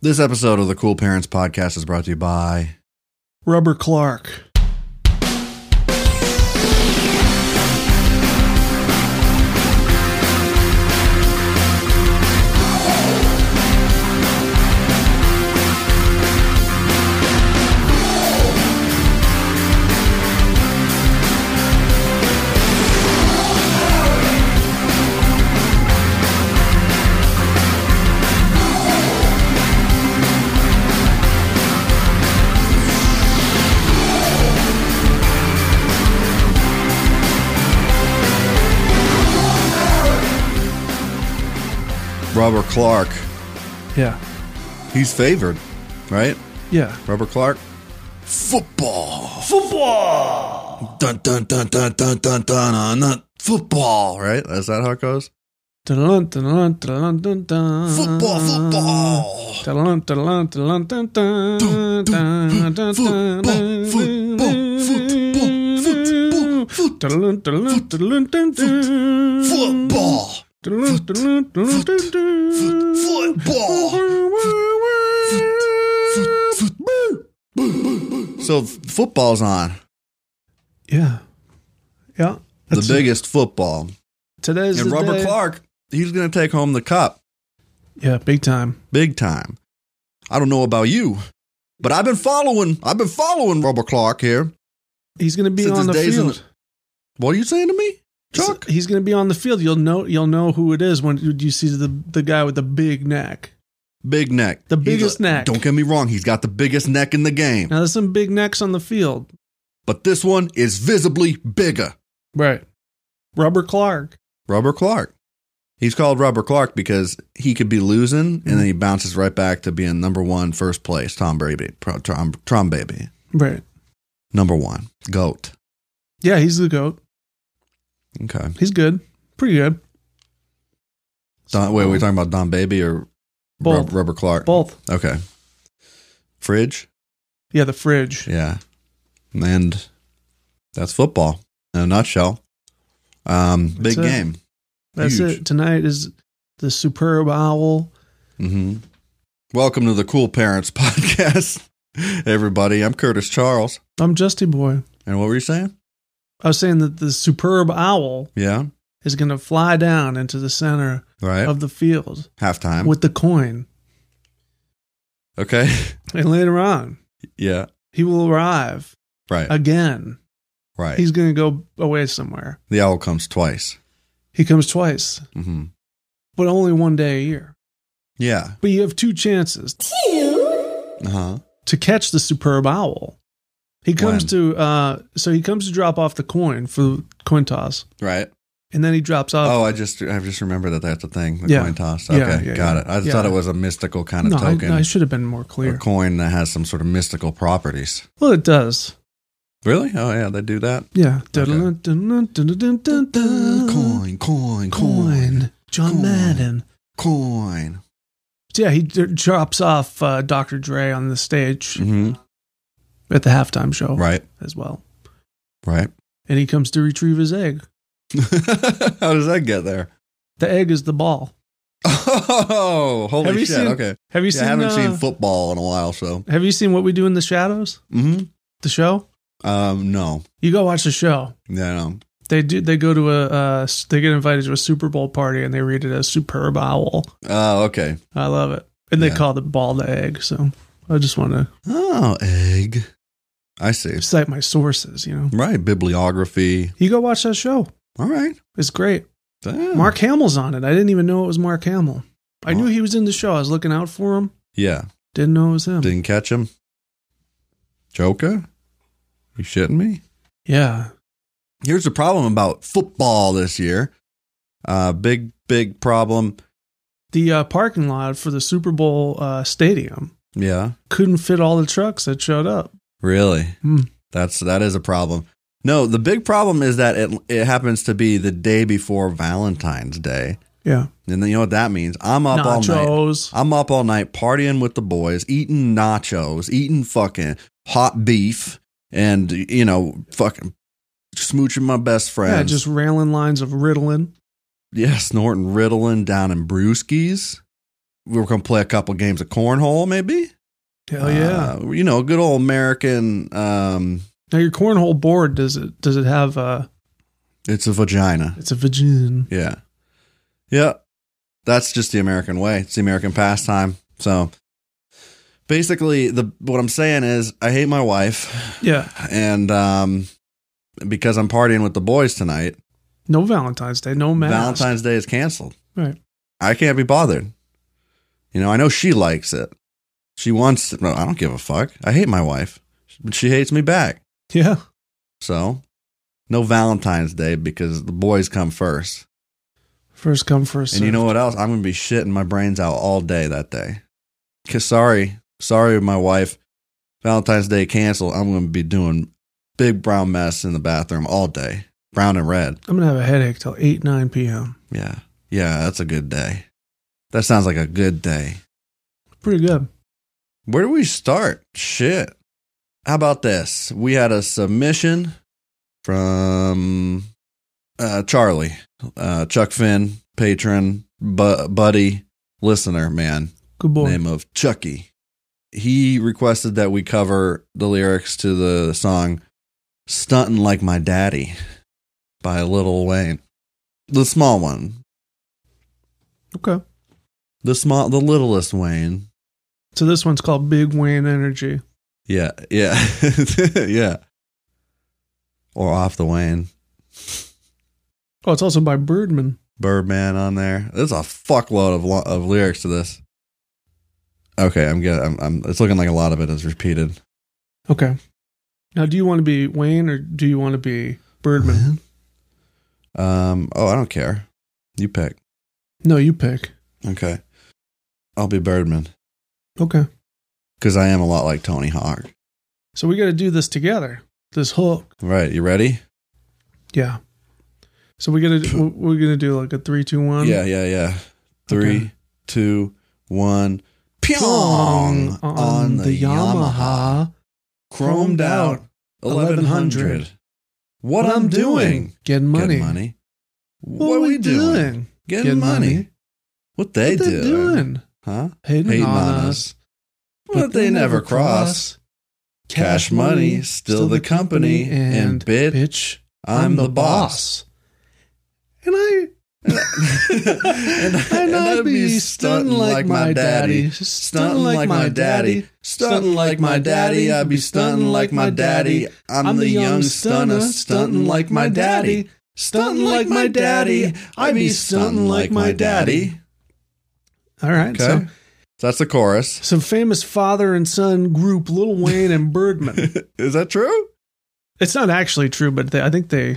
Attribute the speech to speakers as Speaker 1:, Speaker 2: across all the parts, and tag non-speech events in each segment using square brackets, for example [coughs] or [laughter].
Speaker 1: This episode of the Cool Parents Podcast is brought to you by.
Speaker 2: Rubber Clark.
Speaker 1: Robert Clark.
Speaker 2: Yeah.
Speaker 1: He's favored, right?
Speaker 2: Yeah.
Speaker 1: Robert Clark. Football. Football. Dun dun dun dun dun dun dun dun. dun. Football, right? Is that how it goes?
Speaker 2: Dun-dun, dun-dun, dun-dun, dun-dun.
Speaker 1: Football, football.
Speaker 2: Dun-dun, dun-dun, dun-dun, dun-dun,
Speaker 1: Dun, dun, dun,
Speaker 2: dun-dun,
Speaker 1: football, football, football, football, foot-
Speaker 2: Dun-dun, dun-dun, dun-dun, dun-dun.
Speaker 1: Football.
Speaker 2: Dun-dun, dun-dun, dun-dun, dun-dun.
Speaker 1: Foot- Football. So f- football's on.
Speaker 2: Yeah. Yeah.
Speaker 1: The
Speaker 2: That's-
Speaker 1: biggest football.
Speaker 2: Today's
Speaker 1: And
Speaker 2: the
Speaker 1: Robert
Speaker 2: day.
Speaker 1: Clark, he's going to take home the cup.
Speaker 2: Yeah, big time.
Speaker 1: big time. I don't know about you, but I've been following. I've been following Robert Clark here.
Speaker 2: He's going to be
Speaker 1: Since his
Speaker 2: on the
Speaker 1: days in
Speaker 2: field.
Speaker 1: What are you saying to me, Chuck?
Speaker 2: He's going to be on the field. You'll know. You'll know who it is when you you see the the guy with the big neck.
Speaker 1: Big neck,
Speaker 2: The
Speaker 1: He's
Speaker 2: biggest neck.
Speaker 1: Don't get me wrong; he's got the biggest neck in the game,
Speaker 2: Now there's some big necks on the field,
Speaker 1: but this one is visibly bigger.
Speaker 2: right? Robert Clark.
Speaker 1: Robert Clark. He's called Robert Clark because he could be losing, and
Speaker 2: Mm.
Speaker 1: then he bounces right back to being number one, first place. Tom Brady, Pro- Tom, Tom Baby,
Speaker 2: Right.
Speaker 1: number one, goat.
Speaker 2: Yeah, he's the goat.
Speaker 1: Okay.
Speaker 2: He's good. Pretty good.
Speaker 1: Don, wait, are we talking about Don Baby or Rob,
Speaker 2: both.
Speaker 1: Robert Clark?
Speaker 2: Both.
Speaker 1: Okay. Fridge.
Speaker 2: Yeah, the fridge.
Speaker 1: Yeah. And that's football in a nutshell. Um, big
Speaker 2: it.
Speaker 1: game.
Speaker 2: That's
Speaker 1: huge.
Speaker 2: it. Tonight is the superb owl.
Speaker 1: hmm Welcome to the Cool Parents [laughs] Podcast, everybody. I'm Curtis Charles.
Speaker 2: I'm Justy Boy.
Speaker 1: And what were you saying?
Speaker 2: I was saying that the superb owl
Speaker 1: Yeah.
Speaker 2: is going to fly down into the center
Speaker 1: Right.
Speaker 2: of the field
Speaker 1: Halftime.
Speaker 2: Uh, with the coin,
Speaker 1: okay. [laughs]
Speaker 2: and later on
Speaker 1: yeah.
Speaker 2: he will arrive
Speaker 1: Right.
Speaker 2: again.
Speaker 1: right.
Speaker 2: Uh, He's going to go away somewhere.
Speaker 1: the owl comes twice.
Speaker 2: He comes twice,
Speaker 1: hmm
Speaker 2: but only one day a year.
Speaker 1: Yeah.
Speaker 2: But you have two chances
Speaker 1: Uh huh.
Speaker 2: to catch the superb owl. He comes
Speaker 1: When?
Speaker 2: to uh so he comes to drop off the coin for the coin toss
Speaker 1: Right.
Speaker 2: and then he drops off.
Speaker 1: Oh, I just I just remembered that that's a thing. The
Speaker 2: Uh, Yeah.
Speaker 1: coin toss. Okay,
Speaker 2: Yeah, yeah,
Speaker 1: got
Speaker 2: yeah.
Speaker 1: it. I
Speaker 2: Yeah.
Speaker 1: thought it was Oh, a mystical kind of
Speaker 2: no, I-
Speaker 1: token,
Speaker 2: I, should have been more
Speaker 1: a
Speaker 2: clear.
Speaker 1: coin that has some sort of mystical properties.
Speaker 2: Well, it does.
Speaker 1: Really? Oh yeah, they do that.
Speaker 2: Yeah.
Speaker 1: Okay.
Speaker 2: Dun- dun- dun- dun- dun- dun- dun.
Speaker 1: Coin, coin, coin,
Speaker 2: Uh, Coin. John
Speaker 1: Coin.
Speaker 2: Madden.
Speaker 1: coin.
Speaker 2: So, yeah, he d- drops off uh, Dr. Dre on the stage
Speaker 1: hmm
Speaker 2: at the halftime show
Speaker 1: Oh. Right,
Speaker 2: as well.
Speaker 1: right. [laughs]
Speaker 2: And he comes to retrieve his egg.
Speaker 1: How does that get there? [laughs]
Speaker 2: The egg is the ball.
Speaker 1: Oh, holy
Speaker 2: Have you
Speaker 1: shit!
Speaker 2: seen-
Speaker 1: okay,
Speaker 2: Have you
Speaker 1: yeah,
Speaker 2: seen
Speaker 1: I haven't
Speaker 2: uh,
Speaker 1: seen football in a while, so.
Speaker 2: Have you seen What We Do in the Shadows?
Speaker 1: hmm
Speaker 2: The show?
Speaker 1: Um, no,
Speaker 2: You go watch the show.
Speaker 1: yeah, no.
Speaker 2: They do. They go to a. Uh, s- they get invited to a Super Bowl party and they read it as "Superb Owl."
Speaker 1: Oh, okay.
Speaker 2: I love it. And they
Speaker 1: Yeah.
Speaker 2: call the ball the egg. So I just want to
Speaker 1: Oh, egg. I see.
Speaker 2: cite my sources. You know,
Speaker 1: Right, bibliography.
Speaker 2: you go watch that show.
Speaker 1: All right.
Speaker 2: It's great.
Speaker 1: Damn.
Speaker 2: Mark Hamill's on it. I didn't even know it was Mark Hamill. I
Speaker 1: Oh.
Speaker 2: knew he was in the show. I was looking out for him.
Speaker 1: Yeah,
Speaker 2: Didn't know it was him.
Speaker 1: didn't catch him. Joker, you shitting me?
Speaker 2: Yeah.
Speaker 1: here's the problem about football this year. Uh, big, big problem.
Speaker 2: The uh, parking lot for the Super Bowl uh, stadium
Speaker 1: Yeah.
Speaker 2: Couldn't fit all the trucks that showed up.
Speaker 1: Really?
Speaker 2: Hmm.
Speaker 1: That's that is a problem. No, the big problem is that it it happens to be the day before Valentine's Day.
Speaker 2: Yeah.
Speaker 1: And then you know what that means? I'm up all night.
Speaker 2: Nachos.
Speaker 1: I'm up all night partying with the boys, eating nachos, eating fucking hot beef, and you know, fucking smooching my best friends.
Speaker 2: Yeah, just railing lines of Ritalin.
Speaker 1: yeah, snorting Ritalin down in brewskis. We were gonna play a couple games of cornhole, maybe.
Speaker 2: Hell yeah.
Speaker 1: Uh, you know, good old American. Um,
Speaker 2: now your cornhole board does it does it have uh
Speaker 1: it's a vagina.
Speaker 2: it's a vagin.
Speaker 1: Yeah. Yeah. That's just the American way. It's the American pastime. So basically the what I'm saying is I hate my wife
Speaker 2: Yeah.
Speaker 1: and um because I'm partying with the boys tonight,
Speaker 2: No Valentine's Day, no mask.
Speaker 1: Valentine's Day is canceled.
Speaker 2: Right.
Speaker 1: I can't be bothered. You know, I know she likes it. She wants no, I don't give a fuck. I hate my wife. She hates me back.
Speaker 2: Yeah.
Speaker 1: So no Valentine's Day because the boys come first.
Speaker 2: First come, first
Speaker 1: And you
Speaker 2: served.
Speaker 1: know what else? I'm gonna be shitting my brains out all day that day. Cause sorry, sorry, my wife. Valentine's Day canceled. I'm gonna be doing big brown mess in the bathroom all day, brown and red.
Speaker 2: I'm gonna have a headache till eight, nine PM.
Speaker 1: Yeah, yeah, that's a good day. That sounds like a good day.
Speaker 2: Pretty good.
Speaker 1: Where do we start? Shit. How about this? We had a submission from uh, Charlie, uh, Chuck Finn, patron, bu- buddy, listener, man.
Speaker 2: Good boy.
Speaker 1: name of Chucky. He requested that we cover the lyrics to the song Stuntin' Like My Daddy by Little Wayne. The small one.
Speaker 2: Okay.
Speaker 1: The small the littlest Wayne.
Speaker 2: So this one's called Big Wayne Energy.
Speaker 1: Yeah, yeah. [laughs] yeah. Or off the Wayne.
Speaker 2: Oh, it's also by Birdman.
Speaker 1: Birdman on there. There's a fuckload of lo- of lyrics to this. Okay, I'm good. I'm, I'm it's looking like a lot of it is repeated.
Speaker 2: Okay. Now, do you want to be Wayne or do you want to be Birdman?
Speaker 1: Um oh, I don't care. You pick.
Speaker 2: No, you pick.
Speaker 1: Okay. I'll be Birdman
Speaker 2: Okay.
Speaker 1: because I am a lot like Tony Hawk.
Speaker 2: So we got to do this together. This hook.
Speaker 1: Right. You ready?
Speaker 2: Yeah. So we got to we're gonna do like a three, two, one.
Speaker 1: yeah, yeah, yeah. Three,
Speaker 2: Okay.
Speaker 1: two, one. Pyong!
Speaker 2: on, the, Yamaha.
Speaker 1: Chromed out. 1100. What, I'm doing.
Speaker 2: Getting
Speaker 1: Getting
Speaker 2: money.
Speaker 1: money. What, are we doing? Getting,
Speaker 2: Getting
Speaker 1: money.
Speaker 2: money.
Speaker 1: What they
Speaker 2: What they
Speaker 1: do.
Speaker 2: doing?
Speaker 1: Huh?
Speaker 2: Hating,
Speaker 1: Hating
Speaker 2: on,
Speaker 1: on
Speaker 2: us.
Speaker 1: But they never cross. Cash money, still the company. And bitch,
Speaker 2: bitch,
Speaker 1: I'm the boss. [laughs]
Speaker 2: And I
Speaker 1: and,
Speaker 2: and I'd be stunting like my daddy,
Speaker 1: stunting like my daddy, stunting like my daddy. I'd be stunting like my daddy. I'm the young stunner, stunting like my daddy, stunting like my daddy. I'd be stunting like my daddy.
Speaker 2: All right, so
Speaker 1: so that's the chorus. [laughs]
Speaker 2: some famous father and son group, Lil Wayne
Speaker 1: [laughs]
Speaker 2: and Birdman.
Speaker 1: Is that true?
Speaker 2: it's not actually true, but they, I think they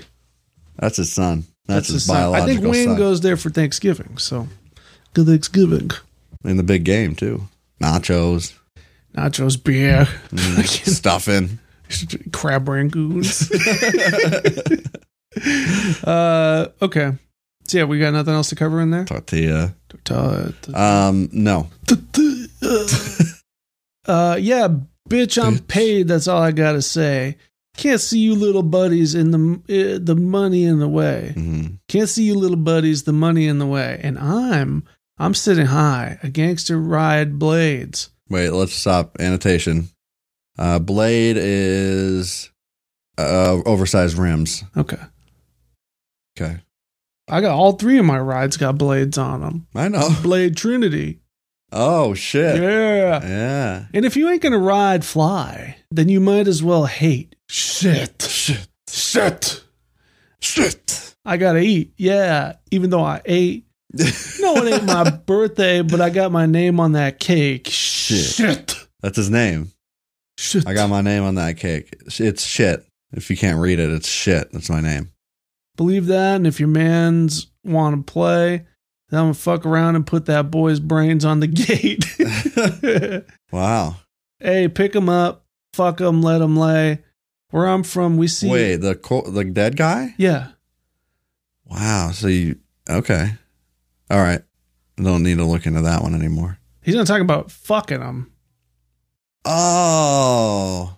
Speaker 1: That's his son. That's, his
Speaker 2: the sign.
Speaker 1: biological
Speaker 2: I think Wayne
Speaker 1: son.
Speaker 2: goes there for Thanksgiving, so good Thanksgiving.
Speaker 1: in the big game too.
Speaker 2: [laughs]
Speaker 1: Nachos,
Speaker 2: Nachos, beer,
Speaker 1: Mm.
Speaker 2: [laughs]
Speaker 1: stuffing.
Speaker 2: crab rangoons. [laughs] uh, okay. So yeah, we got nothing else to cover in there.
Speaker 1: Tortilla.
Speaker 2: [laughs] Ta- ta-
Speaker 1: Um, no.
Speaker 2: ta- ta- Uh, yeah, bitch, I'm
Speaker 1: Bitch.
Speaker 2: paid. That's all I gotta say. Can't see you little buddies in the uh, the money in the way.
Speaker 1: hmm
Speaker 2: Can't see you little buddies, the money in the way. And I'm I'm sitting high, a gangster ride blades.
Speaker 1: Wait, let's stop annotation. Uh, blade is uh, oversized rims.
Speaker 2: Okay,
Speaker 1: Okay,
Speaker 2: I got all three of my rides got blades on them.
Speaker 1: I know.
Speaker 2: Blade Trinity,
Speaker 1: Oh shit!
Speaker 2: yeah.
Speaker 1: Yeah.
Speaker 2: And if you ain't gonna ride fly, then you might as well hate. Shit. Shit. Shit.
Speaker 1: Shit.
Speaker 2: I gotta eat. Yeah. Even though I ate. No, it ain't my birthday, but I got my name on that cake. Shit. Shit.
Speaker 1: That's his name. I got my name on that cake. It's shit. If you can't read it,
Speaker 2: [laughs]
Speaker 1: it's shit. That's my name.
Speaker 2: Believe that. And if your man's wanna play, Then I'm gonna fuck around and put that boy's brains on the [laughs] gate.
Speaker 1: Wow.
Speaker 2: hey, pick him up, fuck him, let him lay. Where I'm from, we see.
Speaker 1: Wait, the co- the dead guy?
Speaker 2: Yeah.
Speaker 1: Wow. So you okay? All right. Don't need to look into that one anymore.
Speaker 2: He's not talking about fucking him.
Speaker 1: Oh.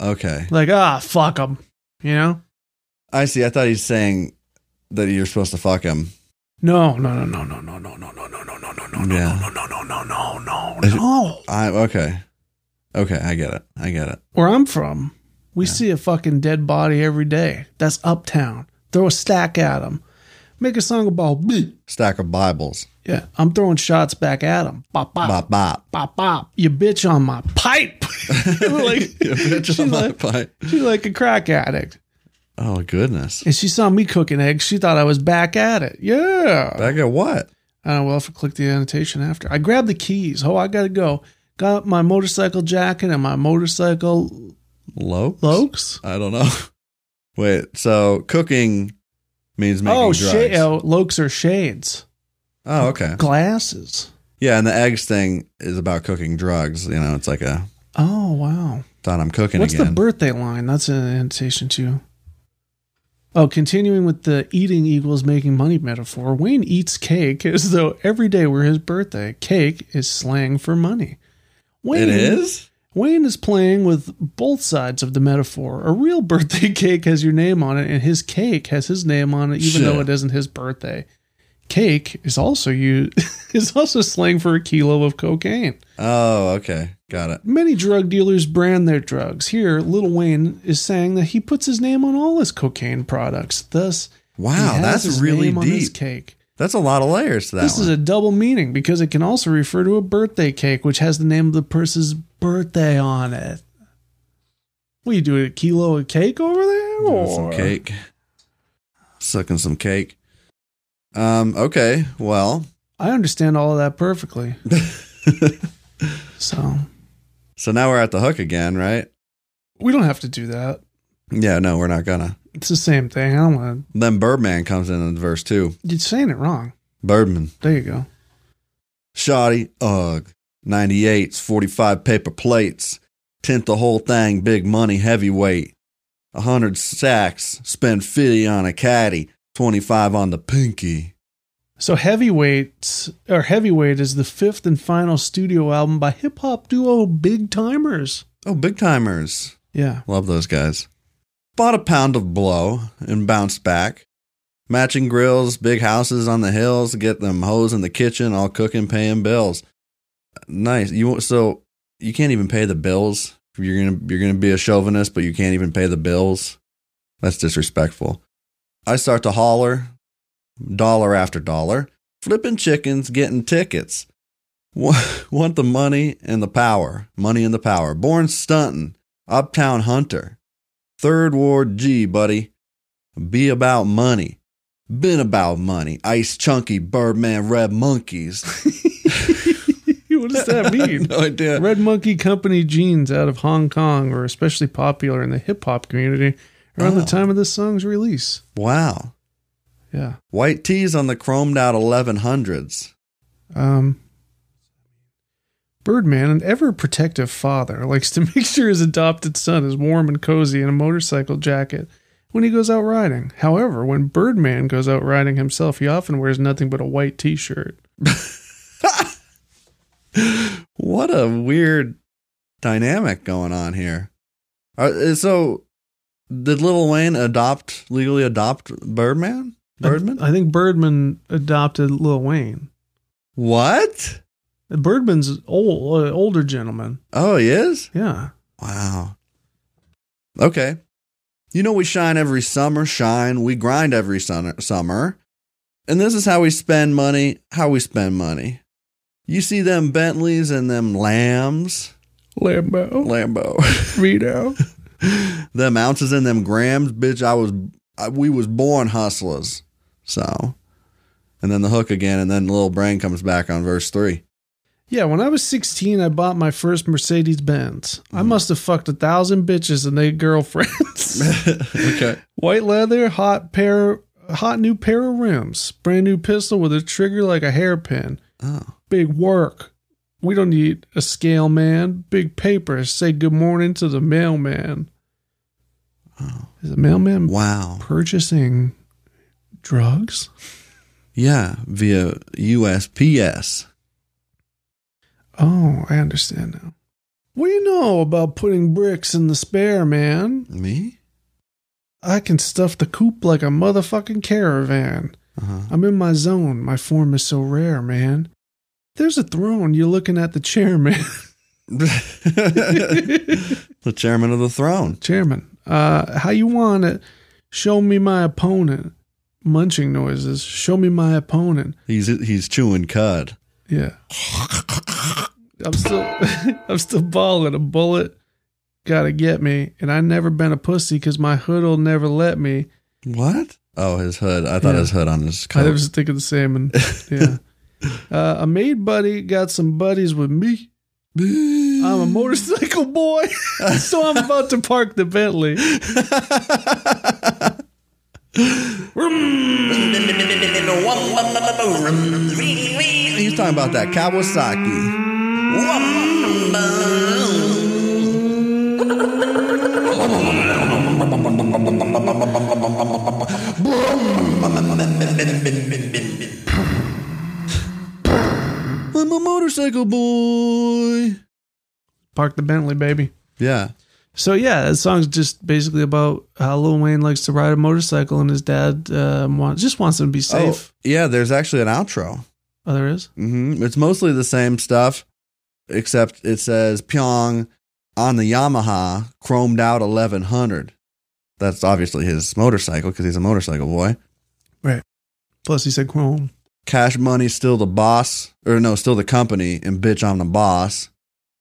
Speaker 1: Okay.
Speaker 2: Like, ah, fuck him. You know?
Speaker 1: I see. I thought he's saying that you're supposed to fuck him.
Speaker 2: No, no, no, no, no, no, no, no, no, no, no, no, no, no,
Speaker 1: Yeah.
Speaker 2: no, no, no, no, no, no,
Speaker 1: Is it-
Speaker 2: no.
Speaker 1: I okay. Okay, I get it. I get it.
Speaker 2: Where I'm from, we see a fucking dead body every day. That's uptown. Throw a stack at him. Make a song about bleep.
Speaker 1: Stack of Bibles.
Speaker 2: Yeah, I'm throwing shots back at him. Bop, bop,
Speaker 1: Bop
Speaker 2: [laughs]
Speaker 1: bop.
Speaker 2: bop, bop. You bitch on my pipe. [laughs] like,
Speaker 1: [laughs] Yeah,
Speaker 2: [laughs]
Speaker 1: bitch
Speaker 2: she
Speaker 1: on my
Speaker 2: like-
Speaker 1: pipe.
Speaker 2: she's like a crack addict.
Speaker 1: Oh goodness.
Speaker 2: And she saw me cooking eggs. She thought I was back at it. Yeah.
Speaker 1: Back at what?
Speaker 2: Uh, well, if I click the annotation after, I grabbed the keys. Oh, I gotta go. Got my motorcycle jacket and my motorcycle
Speaker 1: Low?
Speaker 2: lokes.
Speaker 1: I don't know. [laughs] Wait, so cooking means making
Speaker 2: Oh
Speaker 1: drugs.
Speaker 2: shit! Oh, lokes are shades,
Speaker 1: Oh, okay.
Speaker 2: glasses.
Speaker 1: Yeah, and the eggs thing is about cooking drugs. You know, it's like a
Speaker 2: Oh wow!
Speaker 1: thought I'm cooking
Speaker 2: What's the
Speaker 1: again.
Speaker 2: birthday line? That's an annotation too. Oh, continuing with the eating equals making money metaphor, Wayne eats cake [laughs] as though every day were his birthday. Cake is slang for money.
Speaker 1: it is?
Speaker 2: Wayne is playing with both sides of the metaphor. A real [laughs] birthday cake has your name on it, and his cake has his name on it,
Speaker 1: Shit.
Speaker 2: even though it isn't his birthday. Cake is also you [laughs] is also slang for a kilo of cocaine.
Speaker 1: Oh, okay. Got it.
Speaker 2: Many drug dealers brand their drugs. Here, Little Wayne is saying that he puts his name on all his cocaine products. Thus, he
Speaker 1: Wow,
Speaker 2: has
Speaker 1: that's
Speaker 2: his
Speaker 1: really
Speaker 2: name on his
Speaker 1: deep.
Speaker 2: cake.
Speaker 1: That's a lot of layers to that
Speaker 2: this
Speaker 1: one.
Speaker 2: is a double meaning because it can also refer to a birthday cake, which has the name of the person's birthday on it. What you doing? A kilo of cake over there?
Speaker 1: Doing
Speaker 2: Or?
Speaker 1: some cake. Sucking some cake. Um, okay. Well,
Speaker 2: I understand all of
Speaker 1: [laughs]
Speaker 2: that perfectly. so
Speaker 1: so now we're at the hook again, right?
Speaker 2: we don't have to do that.
Speaker 1: Yeah, no, we're not gonna.
Speaker 2: It's the same thing. I don't want
Speaker 1: Then Birdman comes in in verse two.
Speaker 2: to. You're saying it wrong.
Speaker 1: Birdman.
Speaker 2: There you go.
Speaker 1: Shoddy, ugh. 98s, 45 paper plates. Tint the whole thing, big money, heavyweight. A 100 sacks, spend 50 on a caddy, 25 on the pinky.
Speaker 2: So heavyweights or heavyweight is the fifth and final studio album by hip hop duo Big Timers.
Speaker 1: Oh, big timers.
Speaker 2: Yeah. [laughs]
Speaker 1: Love those guys. Bought a pound of blow and bounced back. Matching grills, big houses on the hills, get them hoes in the kitchen, all cooking, paying bills. Nice. You won't- so you can't even pay the bills. You're gonna you're gonna be a chauvinist, but you can't even pay the bills. That's disrespectful. I start to holler, dollar after dollar, flipping chickens, getting tickets. [laughs] Wa- Want the money and the power, money and the power. Born stunting, Uptown Hunter. Third Ward G, buddy. Be about money. Been about money. Ice Chunky, Birdman, Red
Speaker 2: [laughs]
Speaker 1: Monkeys.
Speaker 2: what does
Speaker 1: [laughs]
Speaker 2: that mean?
Speaker 1: no idea.
Speaker 2: [laughs] Red Monkey Company jeans out of Hong Kong were especially popular in the hip hop community around
Speaker 1: Oh.
Speaker 2: the time of this song's release.
Speaker 1: Wow.
Speaker 2: Yeah.
Speaker 1: White tees on the chromed out 1100s.
Speaker 2: Um, Birdman, an ever protective father, [laughs] likes to make sure his adopted son is warm and cozy in a motorcycle jacket when he goes out riding. However, when Birdman goes out riding himself, he often wears nothing but a white t shirt.
Speaker 1: What a weird dynamic going on here. Uh, so, did Little Wayne adopt, legally adopt Birdman? Birdman?
Speaker 2: I, think Birdman adopted Lil Wayne.
Speaker 1: what?
Speaker 2: Birdman's old, uh, older gentleman.
Speaker 1: Oh, he is?
Speaker 2: Yeah.
Speaker 1: Wow. Okay. You know, we shine every summer, shine. We grind every sun- summer. And this is how we spend money, how we spend money. You see them Bentleys and them Lambs,
Speaker 2: Lambo.
Speaker 1: Lambo, [laughs]
Speaker 2: Vito.
Speaker 1: them ounces and them grams. Bitch, I was, I, we was born hustlers. So, and then the hook again, and then Little Brain comes back on verse three.
Speaker 2: Yeah, when I was 16, I bought my first Mercedes Benz. I must have fucked a
Speaker 1: [laughs]
Speaker 2: thousand bitches and their girlfriends.
Speaker 1: okay.
Speaker 2: White leather, hot pair a hot new pair of rims, brand new pistol with a trigger like a hairpin.
Speaker 1: Oh.
Speaker 2: Big work. We don't need a scale man. Big paper. Say good morning to the mailman. Is the mailman
Speaker 1: Wow.
Speaker 2: purchasing drugs?
Speaker 1: Yeah. Via USPS.
Speaker 2: Oh, I understand now. What do you know about putting bricks in the spare, man?
Speaker 1: Me?
Speaker 2: I can stuff the coop like a motherfucking caravan.
Speaker 1: Uh huh.
Speaker 2: I'm in my zone. My form is so rare, man. There's a throne. You're looking at the chairman. [laughs]
Speaker 1: [laughs] the chairman of the throne.
Speaker 2: chairman, uh, how you want it? Show me my opponent. Munching noises. Show me my opponent.
Speaker 1: He's he's chewing cud.
Speaker 2: Yeah. [laughs] I'm still [laughs] I'm still balling a bullet. Gotta get me. And I never been a pussy cause my hood'll never let me.
Speaker 1: What? Oh, his hood. I thought
Speaker 2: Yeah.
Speaker 1: his hood on his
Speaker 2: I
Speaker 1: coat.
Speaker 2: was thinking the same and [laughs] yeah. Uh, a maid buddy got some buddies with me. I'm a motorcycle boy, [laughs] so I'm about to park the Bentley.
Speaker 1: He's talking about that Kawasaki. I'm a motorcycle boy.
Speaker 2: Park the Bentley, baby.
Speaker 1: Yeah.
Speaker 2: So yeah, the song's just basically about how Lil Wayne likes to ride a motorcycle, and his dad um, wants just wants him to be safe.
Speaker 1: Oh, yeah, there's actually an outro.
Speaker 2: Oh, there is.
Speaker 1: hmm It's mostly the same stuff, except it says Pyong on the Yamaha chromed out 1100. That's obviously his motorcycle because he's a motorcycle boy.
Speaker 2: Plus, he said chrome.
Speaker 1: Cash Money's still the boss, or no, still the company, and bitch, I'm the boss.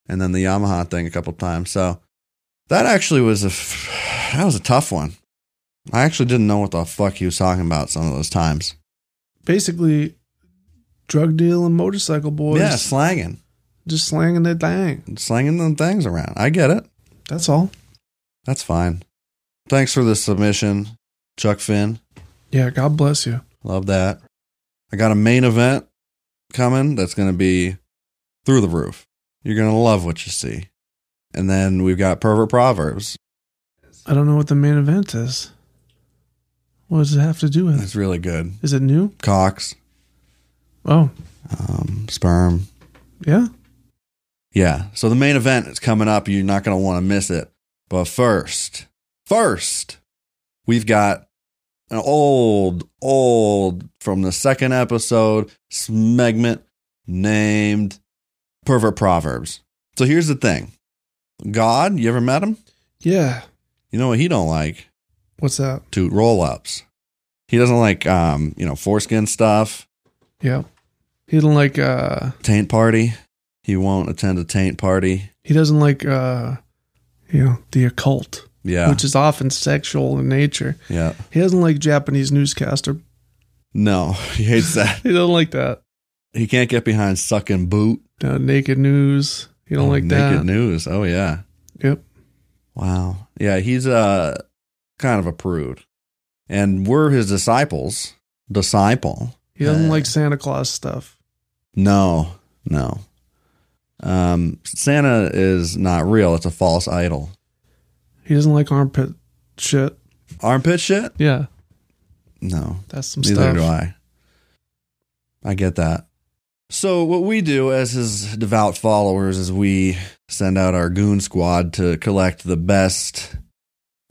Speaker 1: And then the Yamaha thing a couple times. So that actually was a f- that was a tough one. I actually didn't know what the fuck he was talking about some of those times.
Speaker 2: Basically, drug deal and motorcycle boys.
Speaker 1: yeah, slanging,
Speaker 2: just slanging their thing.
Speaker 1: slanging them things around. I get it.
Speaker 2: That's all.
Speaker 1: That's fine. Thanks for the submission, Chuck Finn.
Speaker 2: Yeah, God bless you.
Speaker 1: Love that. I got a main event coming that's going to be through the roof. You're going to love what you see. And then we've got Pervert Proverbs.
Speaker 2: I don't know what the main event is. What does it have to do with it?
Speaker 1: That's really good.
Speaker 2: Is it new?
Speaker 1: Cox,
Speaker 2: Oh,
Speaker 1: um, sperm.
Speaker 2: yeah.
Speaker 1: Yeah. So the main event is coming up. You're not going to want to miss it. But first, first, we've got an old, old from the second episode segment named Pervert Proverbs. So here's the thing God, you ever met him?
Speaker 2: Yeah.
Speaker 1: You know what he don't like?
Speaker 2: What's that?
Speaker 1: Toot roll ups. He doesn't like, um, you know, foreskin stuff.
Speaker 2: Yeah. He doesn't like uh
Speaker 1: taint party. He won't attend a taint party.
Speaker 2: he doesn't like uh you know, the occult,
Speaker 1: Yeah.
Speaker 2: which is often sexual in nature.
Speaker 1: yeah.
Speaker 2: He doesn't like Japanese newscaster.
Speaker 1: No, [laughs] he hates that.
Speaker 2: He doesn't like that.
Speaker 1: he can't get behind sucking boot.
Speaker 2: Uh, naked news. He don't
Speaker 1: Oh,
Speaker 2: like
Speaker 1: naked
Speaker 2: that.
Speaker 1: news. Oh yeah.
Speaker 2: Yep.
Speaker 1: Wow. Yeah, he's uh kind of a prude. And we're his disciples. Disciple.
Speaker 2: He doesn't
Speaker 1: Uh,
Speaker 2: like Santa Claus stuff.
Speaker 1: No. No. Um Santa is not real. It's a false idol.
Speaker 2: He doesn't like armpit shit.
Speaker 1: Armpit shit?
Speaker 2: Yeah.
Speaker 1: No.
Speaker 2: That's some
Speaker 1: Neither
Speaker 2: stuff.
Speaker 1: do I. I get that. So what we do as his devout followers is we send out our goon squad to collect the best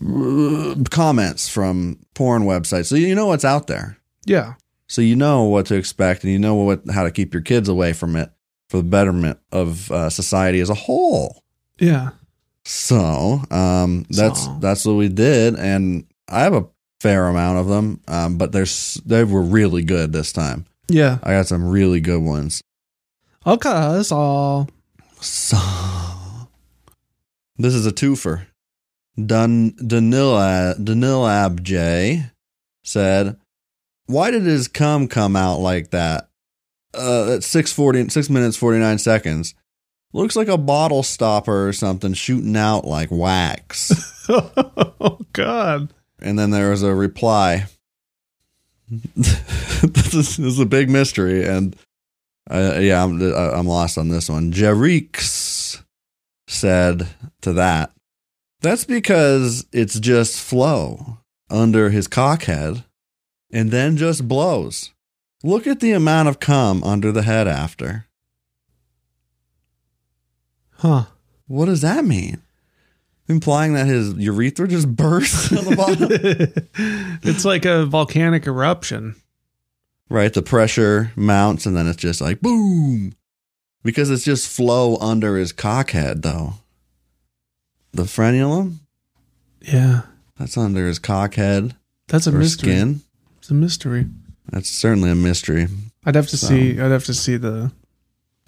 Speaker 1: uh, comments from porn websites. So you know what's out there.
Speaker 2: Yeah.
Speaker 1: So you know what to expect and you know what how to keep your kids away from it for the betterment of uh, society as a whole.
Speaker 2: Yeah.
Speaker 1: So um, that's
Speaker 2: So-
Speaker 1: that's what we did, and I have a fair amount of them, um, but there's they were really good this time.
Speaker 2: Yeah.
Speaker 1: I got some really good ones.
Speaker 2: Okay, that's all.
Speaker 1: So this is a twofer. Dan Danila Danilab J said, "Why did his cum come out like that? Uh, at six forty, six minutes forty nine seconds." Looks like a bottle stopper or something shooting out like wax.
Speaker 2: [laughs] oh God.
Speaker 1: And then there was a reply. [laughs] this, is, this is a big mystery, and uh, yeah, I'm I'm lost on this one. Jerix said to that, "That's because it's just flow under his cockhead, and then just blows. Look at the amount of cum under the head after.
Speaker 2: Huh.
Speaker 1: What does that mean? Implying that his urethra just bursts [laughs] on the bottom."
Speaker 2: [laughs] it's like a volcanic eruption.
Speaker 1: right? The pressure mounts and then it's just like boom. Because it's just flow under his cockhead though. The frenulum?
Speaker 2: Yeah.
Speaker 1: That's under his cockhead
Speaker 2: That's a
Speaker 1: or
Speaker 2: mystery.
Speaker 1: skin.
Speaker 2: It's a mystery.
Speaker 1: That's certainly a mystery.
Speaker 2: I'd have to
Speaker 1: So-
Speaker 2: see I'd have to see the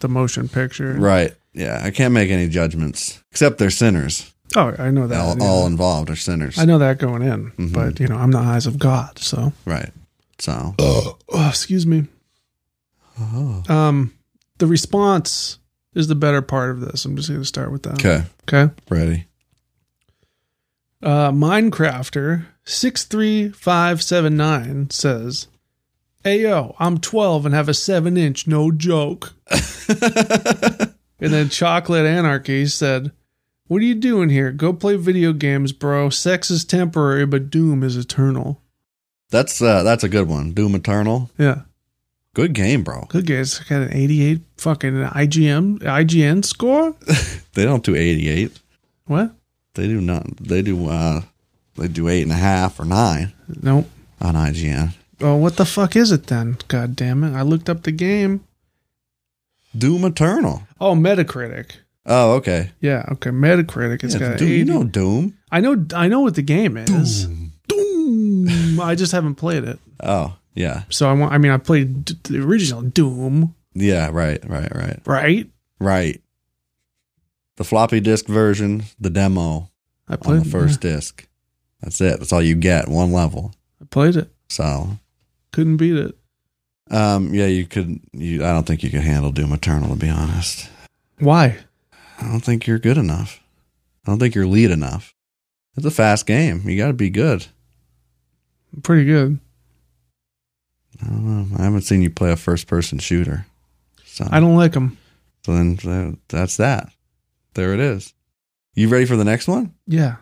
Speaker 2: the motion picture.
Speaker 1: Right. Yeah. I can't make any judgments. Except they're sinners.
Speaker 2: Oh, I know that.
Speaker 1: All,
Speaker 2: yeah.
Speaker 1: all Mm-hmm. involved are sinners.
Speaker 2: I know that going in, but you know, I'm the eyes of God, so
Speaker 1: Right. So
Speaker 2: oh, excuse me.
Speaker 1: Oh.
Speaker 2: Um the response is the better part of this. I'm just going to start with that.
Speaker 1: Okay.
Speaker 2: Okay.
Speaker 1: Ready.
Speaker 2: Uh, Minecrafter six three five seven nine says, "Ayo, I'm twelve and have a seven inch. No joke." and then Chocolate Anarchy said, "What are you doing here? Go play video games, bro. Sex is temporary, but doom is eternal."
Speaker 1: That's uh that's a good one. Doom Eternal.
Speaker 2: Yeah,
Speaker 1: Good game, bro.
Speaker 2: good guys. Got an eighty-eight fucking IGM IGN score.
Speaker 1: They don't do eighty eight.
Speaker 2: What?
Speaker 1: They do not. They do. uh They do eight and a half or nine
Speaker 2: Nope.
Speaker 1: on IGN.
Speaker 2: Oh, what the fuck is it then? God damn it! I looked up the game.
Speaker 1: Doom Eternal.
Speaker 2: Oh, Metacritic.
Speaker 1: Oh, okay.
Speaker 2: Yeah, okay. Metacritic. It's
Speaker 1: Yeah,
Speaker 2: got an
Speaker 1: Doom,
Speaker 2: 80.
Speaker 1: you know Doom.
Speaker 2: I know I know what the game is. Doom. I just haven't played it.
Speaker 1: Oh, yeah,
Speaker 2: So I want I mean I played d- the original Doom,
Speaker 1: yeah. Right, right, right,
Speaker 2: right?
Speaker 1: right. The floppy disk version, the demo
Speaker 2: I
Speaker 1: on
Speaker 2: played
Speaker 1: the first disc. That's it. That's all you get. One level.
Speaker 2: I played it.
Speaker 1: So,
Speaker 2: Couldn't beat it.
Speaker 1: um, yeah, you could. You, I don't think you could handle Doom Eternal. To be honest,
Speaker 2: Why?
Speaker 1: I don't think you're good enough. I don't think you're lead enough. It's a fast game. You got to be good.
Speaker 2: Pretty good.
Speaker 1: I don't know. I haven't seen you play a first person shooter. So,
Speaker 2: I don't like them.
Speaker 1: so then th- that's that. There it is. You ready for the next one?
Speaker 2: Yeah.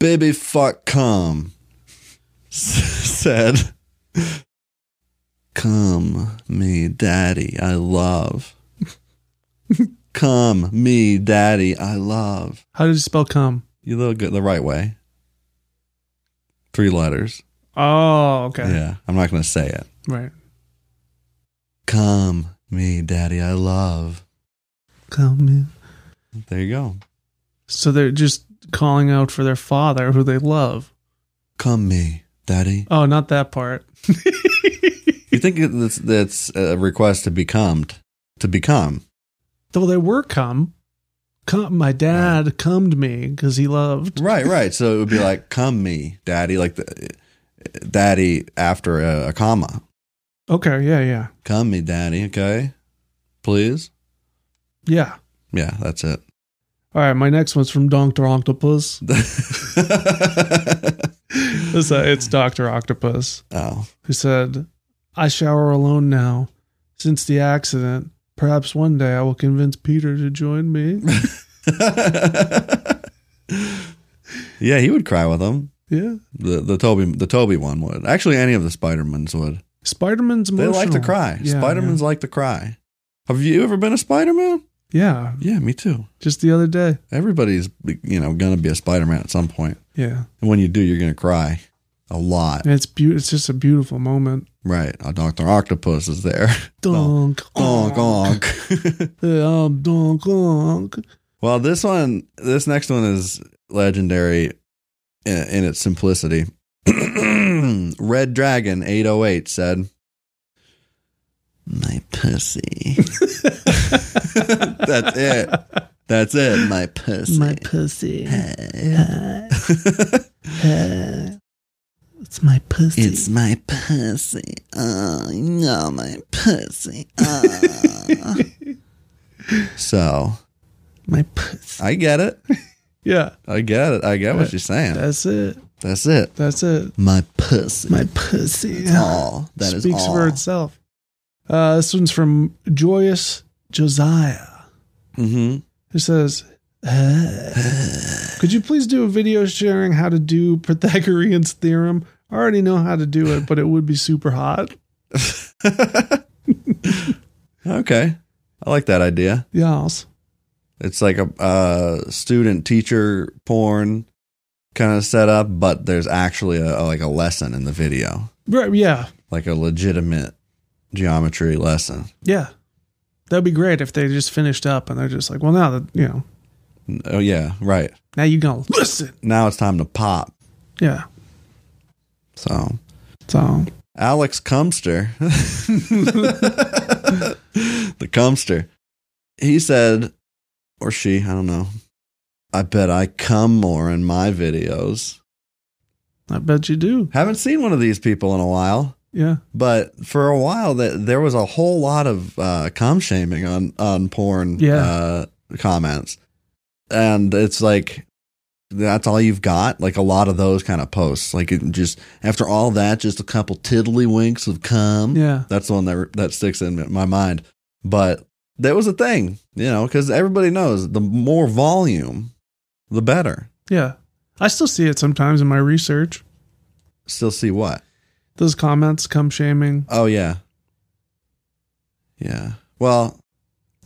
Speaker 1: Baby fuck come [laughs] said, Come me daddy, I love. [laughs] come me daddy, I love.
Speaker 2: How did you spell come?
Speaker 1: You look good the right way. Three letters.
Speaker 2: Oh, okay.
Speaker 1: Yeah. I'm not going to say it.
Speaker 2: Right.
Speaker 1: Come me daddy, I love.
Speaker 2: Come in.
Speaker 1: There you go.
Speaker 2: So they're just calling out for their father who they love.
Speaker 1: Come me, daddy.
Speaker 2: Oh, not that part.
Speaker 1: You think it- that's that's a request to become to become?
Speaker 2: Though they were come. Come my dad come to me cuz he loved.
Speaker 1: Right, right. So it [laughs] would be like come me, daddy, like the daddy after a, a comma.
Speaker 2: Okay, yeah, yeah.
Speaker 1: Come me, daddy. Okay, please.
Speaker 2: Yeah.
Speaker 1: Yeah, that's it. [laughs]
Speaker 2: All right, my next one's from Doctor Octopus. It's, uh, it's Doctor Octopus
Speaker 1: oh,
Speaker 2: who said, "I shower alone now. Since the accident, perhaps one day I will convince Peter to
Speaker 1: [laughs]
Speaker 2: join me."
Speaker 1: yeah, he would cry with them.
Speaker 2: yeah,
Speaker 1: The the Toby the Toby one would actually any of the Spidermans would.
Speaker 2: Spider-Man's
Speaker 1: They
Speaker 2: emotional.
Speaker 1: like to cry.
Speaker 2: Yeah,
Speaker 1: Spidermans like to cry. Have you ever been a Spider-Man?
Speaker 2: Yeah. yeah,
Speaker 1: Yeah, me too.
Speaker 2: just the other day.
Speaker 1: Everybody's you know gonna be a Spider-Man at some point,
Speaker 2: Yeah,
Speaker 1: and when you do, you're gonna cry a lot.
Speaker 2: and it's beautiful. It's just a beautiful moment.
Speaker 1: Right? Uh, Doctor Octopus is there.
Speaker 2: Donk,
Speaker 1: Gonk, [laughs]
Speaker 2: donk,
Speaker 1: gonk.
Speaker 2: Yeah, donk, donk.
Speaker 1: well, this one, this next one is legendary in, in its simplicity. [clears throat] Red Dragon 808 said, "My pussy." [laughs] That's it. That's it. My pussy.
Speaker 3: My pussy. it's my pussy.
Speaker 1: It's my pussy. Oh, you know my pussy.
Speaker 3: [laughs]
Speaker 1: Oh. so
Speaker 3: my pussy.
Speaker 1: I get it.
Speaker 2: Yeah,
Speaker 1: I get it. I get what you're saying.
Speaker 2: that's it.
Speaker 1: That's it.
Speaker 2: That's it.
Speaker 1: My pussy.
Speaker 2: My pussy.
Speaker 1: That's all. That is
Speaker 2: Speaks
Speaker 1: all.
Speaker 2: for itself. Uh, this one's from Joyous Josiah.
Speaker 1: Mm-hmm.
Speaker 2: It says, Could you please do a video sharing how to do Pythagorean's theorem? I already know how to do it, but it would be super hot.
Speaker 1: Okay. I like that idea.
Speaker 2: Yas.
Speaker 1: It's like a uh, student teacher porn kind of setup, but there's actually a, like a lesson in the video,
Speaker 2: Right, yeah.
Speaker 1: like a legitimate geometry lesson.
Speaker 2: Yeah. That'd be great if they just finished up and they're just like, well, now that, you know,
Speaker 1: Oh yeah, right.
Speaker 2: now you're going to listen.
Speaker 1: Now it's time to pop.
Speaker 2: Yeah.
Speaker 1: So
Speaker 2: So,
Speaker 1: Alex Cumster, [laughs] the Cumster, he said, or she, I don't know. I bet I come more in my videos.
Speaker 2: I bet you do.
Speaker 1: Haven't seen one of these people in a while,
Speaker 2: Yeah.
Speaker 1: but for a while that there was a whole lot of uh, cum shaming on on porn
Speaker 2: Yeah.
Speaker 1: uh, comments, and it's like that's all you've got. Like a lot of those kind of posts, like it just after all that, just a couple tiddlywinks of cum.
Speaker 2: Yeah.
Speaker 1: That's the one that that sticks in my mind. But that was a thing, you know, because everybody knows the more volume, the better.
Speaker 2: Yeah. I still see it sometimes in my research.
Speaker 1: Still see what?
Speaker 2: Those comments, cum shaming.
Speaker 1: Oh yeah, yeah. Well,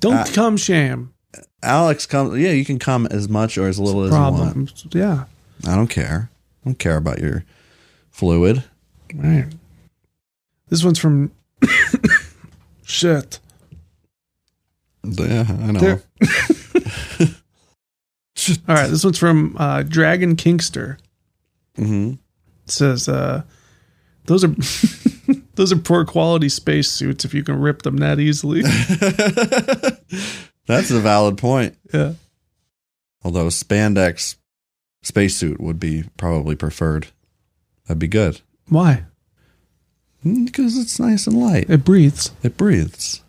Speaker 2: Don't
Speaker 1: Uh,
Speaker 2: cum shame.
Speaker 1: Alex comes. Yeah, you can comment as much or as little as you want.
Speaker 2: Problems. Yeah.
Speaker 1: I don't care. I don't care about your fluid.
Speaker 2: Right. This one's from. [coughs] Shit.
Speaker 1: Yeah, I know.
Speaker 2: There- All right. This one's from uh, Dragon Kingster.
Speaker 1: hmm
Speaker 2: It says, uh, "Those are [laughs] those are poor quality spacesuits. If you can rip them that easily,
Speaker 1: [laughs] That's a valid point.
Speaker 2: yeah,
Speaker 1: Although spandex spacesuit would be probably preferred. That'd be good
Speaker 2: why?
Speaker 1: because it's nice and light.
Speaker 2: It breathes.
Speaker 1: It breathes.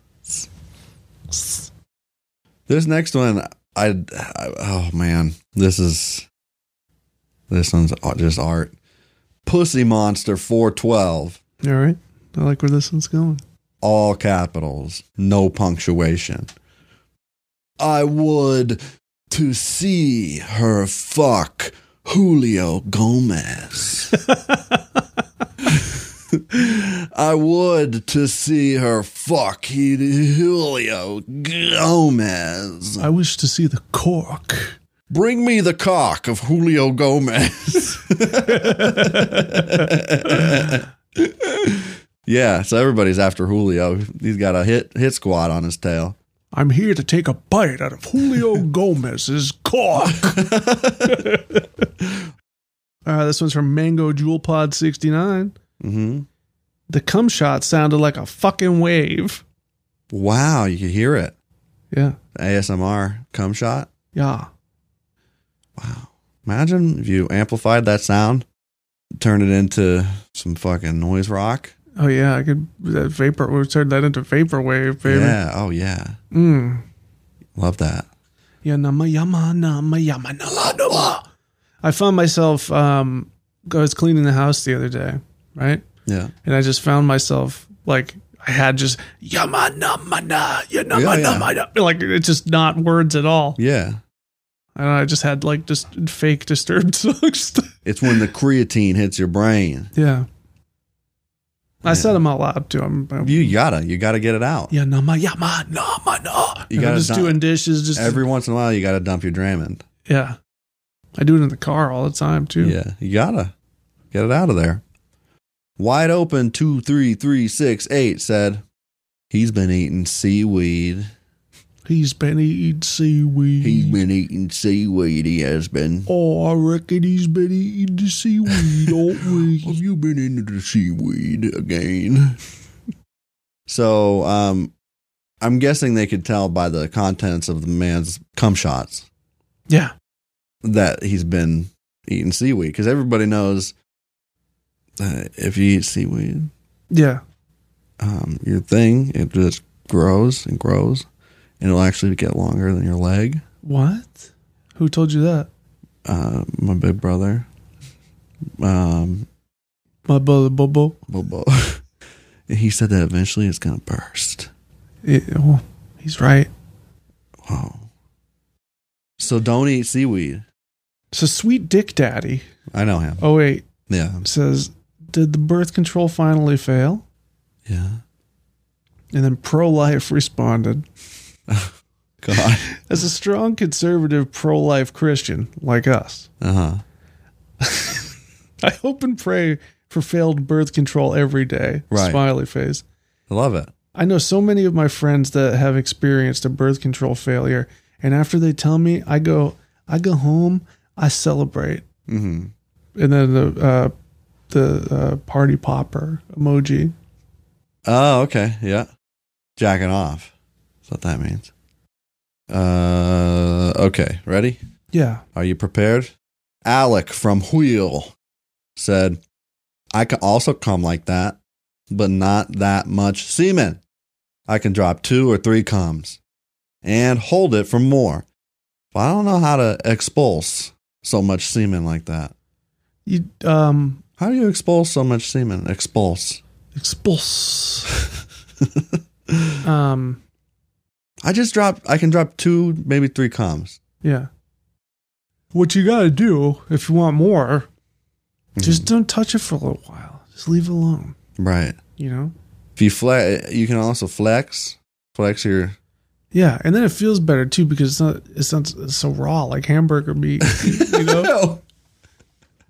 Speaker 1: This next one, I, I oh man, this is this one's a- just art. Pussy Monster 412,
Speaker 2: All right, I like where this one's going.
Speaker 1: all capitals, no punctuation. I would to see her fuck Julio Gomez. [laughs] I would to see her fuck Julio Gomez.
Speaker 2: I wish to see the cork.
Speaker 1: Bring me the cock of Julio Gomez. yeah, so everybody's after Julio. He's got a hit hit squad on his tail.
Speaker 2: I'm here to take a bite out of [laughs] Julio Gomez's [laughs] cork." Uh, this one's from Mango Jewel Pod 69.
Speaker 1: hmm
Speaker 2: The cum shot sounded like a fucking wave.
Speaker 1: Wow, you can hear it.
Speaker 2: Yeah.
Speaker 1: ASMR cum shot.
Speaker 2: Yeah.
Speaker 1: Imagine if you amplified that sound, turned it into some fucking noise rock.
Speaker 2: Oh yeah, I could that vapor. We turned that into vaporwave, baby.
Speaker 1: Yeah. Oh yeah.
Speaker 2: Mm.
Speaker 1: Love that.
Speaker 2: Yeah, nama yama nama yama nala nama. I found myself. Um, I was cleaning the house the other day, right?
Speaker 1: Yeah.
Speaker 2: And I just found myself like I had just yama nama na yama
Speaker 1: Yeah, yeah.
Speaker 2: nama na. Like it's just not words at all.
Speaker 1: Yeah.
Speaker 2: And I just had like just fake disturbed [laughs] songs.
Speaker 1: It's when the creatine hits your brain.
Speaker 2: yeah. I
Speaker 1: Yeah.
Speaker 2: said them out loud too. I'm, I'm
Speaker 1: You gotta, you gotta get it out.
Speaker 2: yeah, nama yama nama na.
Speaker 1: You
Speaker 2: And I'm
Speaker 1: gotta
Speaker 2: just
Speaker 1: not-
Speaker 2: doing dishes. Just
Speaker 1: Every once in a while, you gotta dump your Draymond.
Speaker 2: Yeah. I do it in the car all the time too.
Speaker 1: Yeah, you gotta get it out of there. Wide open two three three six eight said he's been eating seaweed.
Speaker 2: He's been eating seaweed.
Speaker 1: He's been eating seaweed. He has been.
Speaker 2: oh, I reckon he's been eating the
Speaker 1: [laughs]
Speaker 2: seaweed, don't
Speaker 1: Have
Speaker 2: we?
Speaker 1: you been into the seaweed again? [laughs] so, um, I'm guessing they could tell by the contents of the man's cum shots
Speaker 2: Yeah.
Speaker 1: that he's been eating seaweed because everybody knows uh, if you eat seaweed,
Speaker 2: Yeah.
Speaker 1: um, your thing it just grows and grows, and it'll actually get longer than your leg.
Speaker 2: What? Who told you that?
Speaker 1: Uh, my big brother, Um,
Speaker 2: My brother Bobo.
Speaker 1: Bobo. [laughs] he said that eventually it's gonna burst.
Speaker 2: Yeah, well, he's right.
Speaker 1: Wow. So don't eat seaweed.
Speaker 2: So Sweet Dick Daddy.
Speaker 1: I know him.
Speaker 2: Oh wait,
Speaker 1: Yeah,
Speaker 2: says, did the birth control finally fail?
Speaker 1: yeah.
Speaker 2: And then pro life responded.
Speaker 1: God.
Speaker 2: [laughs] As a strong conservative pro life Christian like us,
Speaker 1: uh huh.
Speaker 2: I hope and pray for failed birth control every day.
Speaker 1: Right.
Speaker 2: Smiley face.
Speaker 1: I love it.
Speaker 2: I know so many of my friends that have experienced a birth control failure, and after they tell me, I go, I go home, I celebrate,
Speaker 1: hmm
Speaker 2: and then the uh, the uh, party popper emoji.
Speaker 1: Oh, okay. Yeah. Jacking off. That's what that means. Uh, okay. Ready?
Speaker 2: Yeah,
Speaker 1: Are you prepared? Alec from Wheel said, I can also come like that, but not that much semen. I can drop two or three comes and hold it for more. But I don't know how to expulse so much semen like that.
Speaker 2: you um
Speaker 1: How do you expulse so much semen? Expulse.
Speaker 2: expulse. um,
Speaker 1: I just drop, I can drop two, maybe three comes.
Speaker 2: yeah. What you gotta do if you want more, just don't touch it for a little while. Just leave it alone.
Speaker 1: Right.
Speaker 2: You know.
Speaker 1: If you flex, you can also flex, flex your,
Speaker 2: Yeah, and then it feels better too because it's not it's not it's so raw like hamburger meat, [laughs] you know.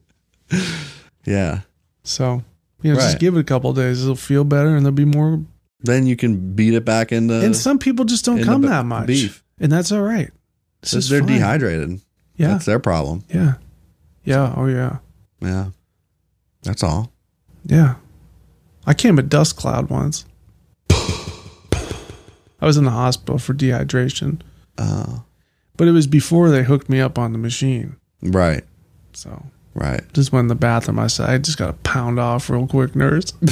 Speaker 1: [laughs] yeah.
Speaker 2: So you know,
Speaker 1: Right.
Speaker 2: just give it a couple of days; it'll feel better, and there'll be more.
Speaker 1: Then you can beat it back into.
Speaker 2: and some people just don't
Speaker 1: in
Speaker 2: come
Speaker 1: the b-
Speaker 2: that much,
Speaker 1: beef.
Speaker 2: and that's all right. This
Speaker 1: Since
Speaker 2: is
Speaker 1: they're
Speaker 2: fine.
Speaker 1: dehydrated.
Speaker 2: Yeah,
Speaker 1: That's their problem.
Speaker 2: yeah, yeah. Oh yeah,
Speaker 1: Yeah. That's all.
Speaker 2: yeah. I came a dust cloud once. I was in the hospital for dehydration,
Speaker 1: Uh,
Speaker 2: but it was before they hooked me up on the machine.
Speaker 1: right.
Speaker 2: So
Speaker 1: Right.
Speaker 2: just went in the bathroom. I said, "I just got to pound off real quick, nurse." [laughs]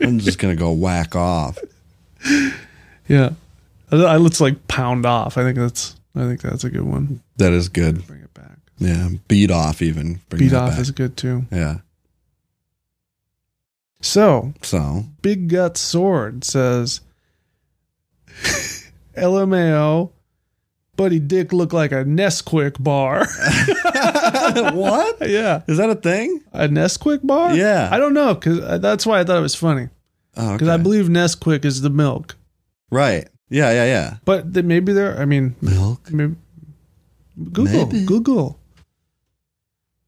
Speaker 1: I'm just going to go whack off.
Speaker 2: Yeah, I, I let's like pound off. I think that's I think that's a good one.
Speaker 1: That is good.
Speaker 2: Bring it back.
Speaker 1: Yeah. Beat off, even. Bring
Speaker 2: Beat
Speaker 1: that
Speaker 2: off
Speaker 1: back.
Speaker 2: is good too.
Speaker 1: yeah.
Speaker 2: So [laughs]
Speaker 1: So,
Speaker 2: big gut sword says, [laughs] LMAO, buddy dick look like a Nesquik bar. [laughs]
Speaker 1: what?
Speaker 2: yeah,
Speaker 1: Is that a thing?
Speaker 2: a Nesquik bar.
Speaker 1: Yeah.
Speaker 2: I don't know because that's why I thought it was funny
Speaker 1: Oh,
Speaker 2: because I
Speaker 1: okay.
Speaker 2: believe Nesquik is the milk,
Speaker 1: Right. Yeah. Yeah. Yeah.
Speaker 2: but th- maybe there. I mean,
Speaker 1: Milk.
Speaker 2: Maybe. Google,
Speaker 1: Maybe.
Speaker 2: Google.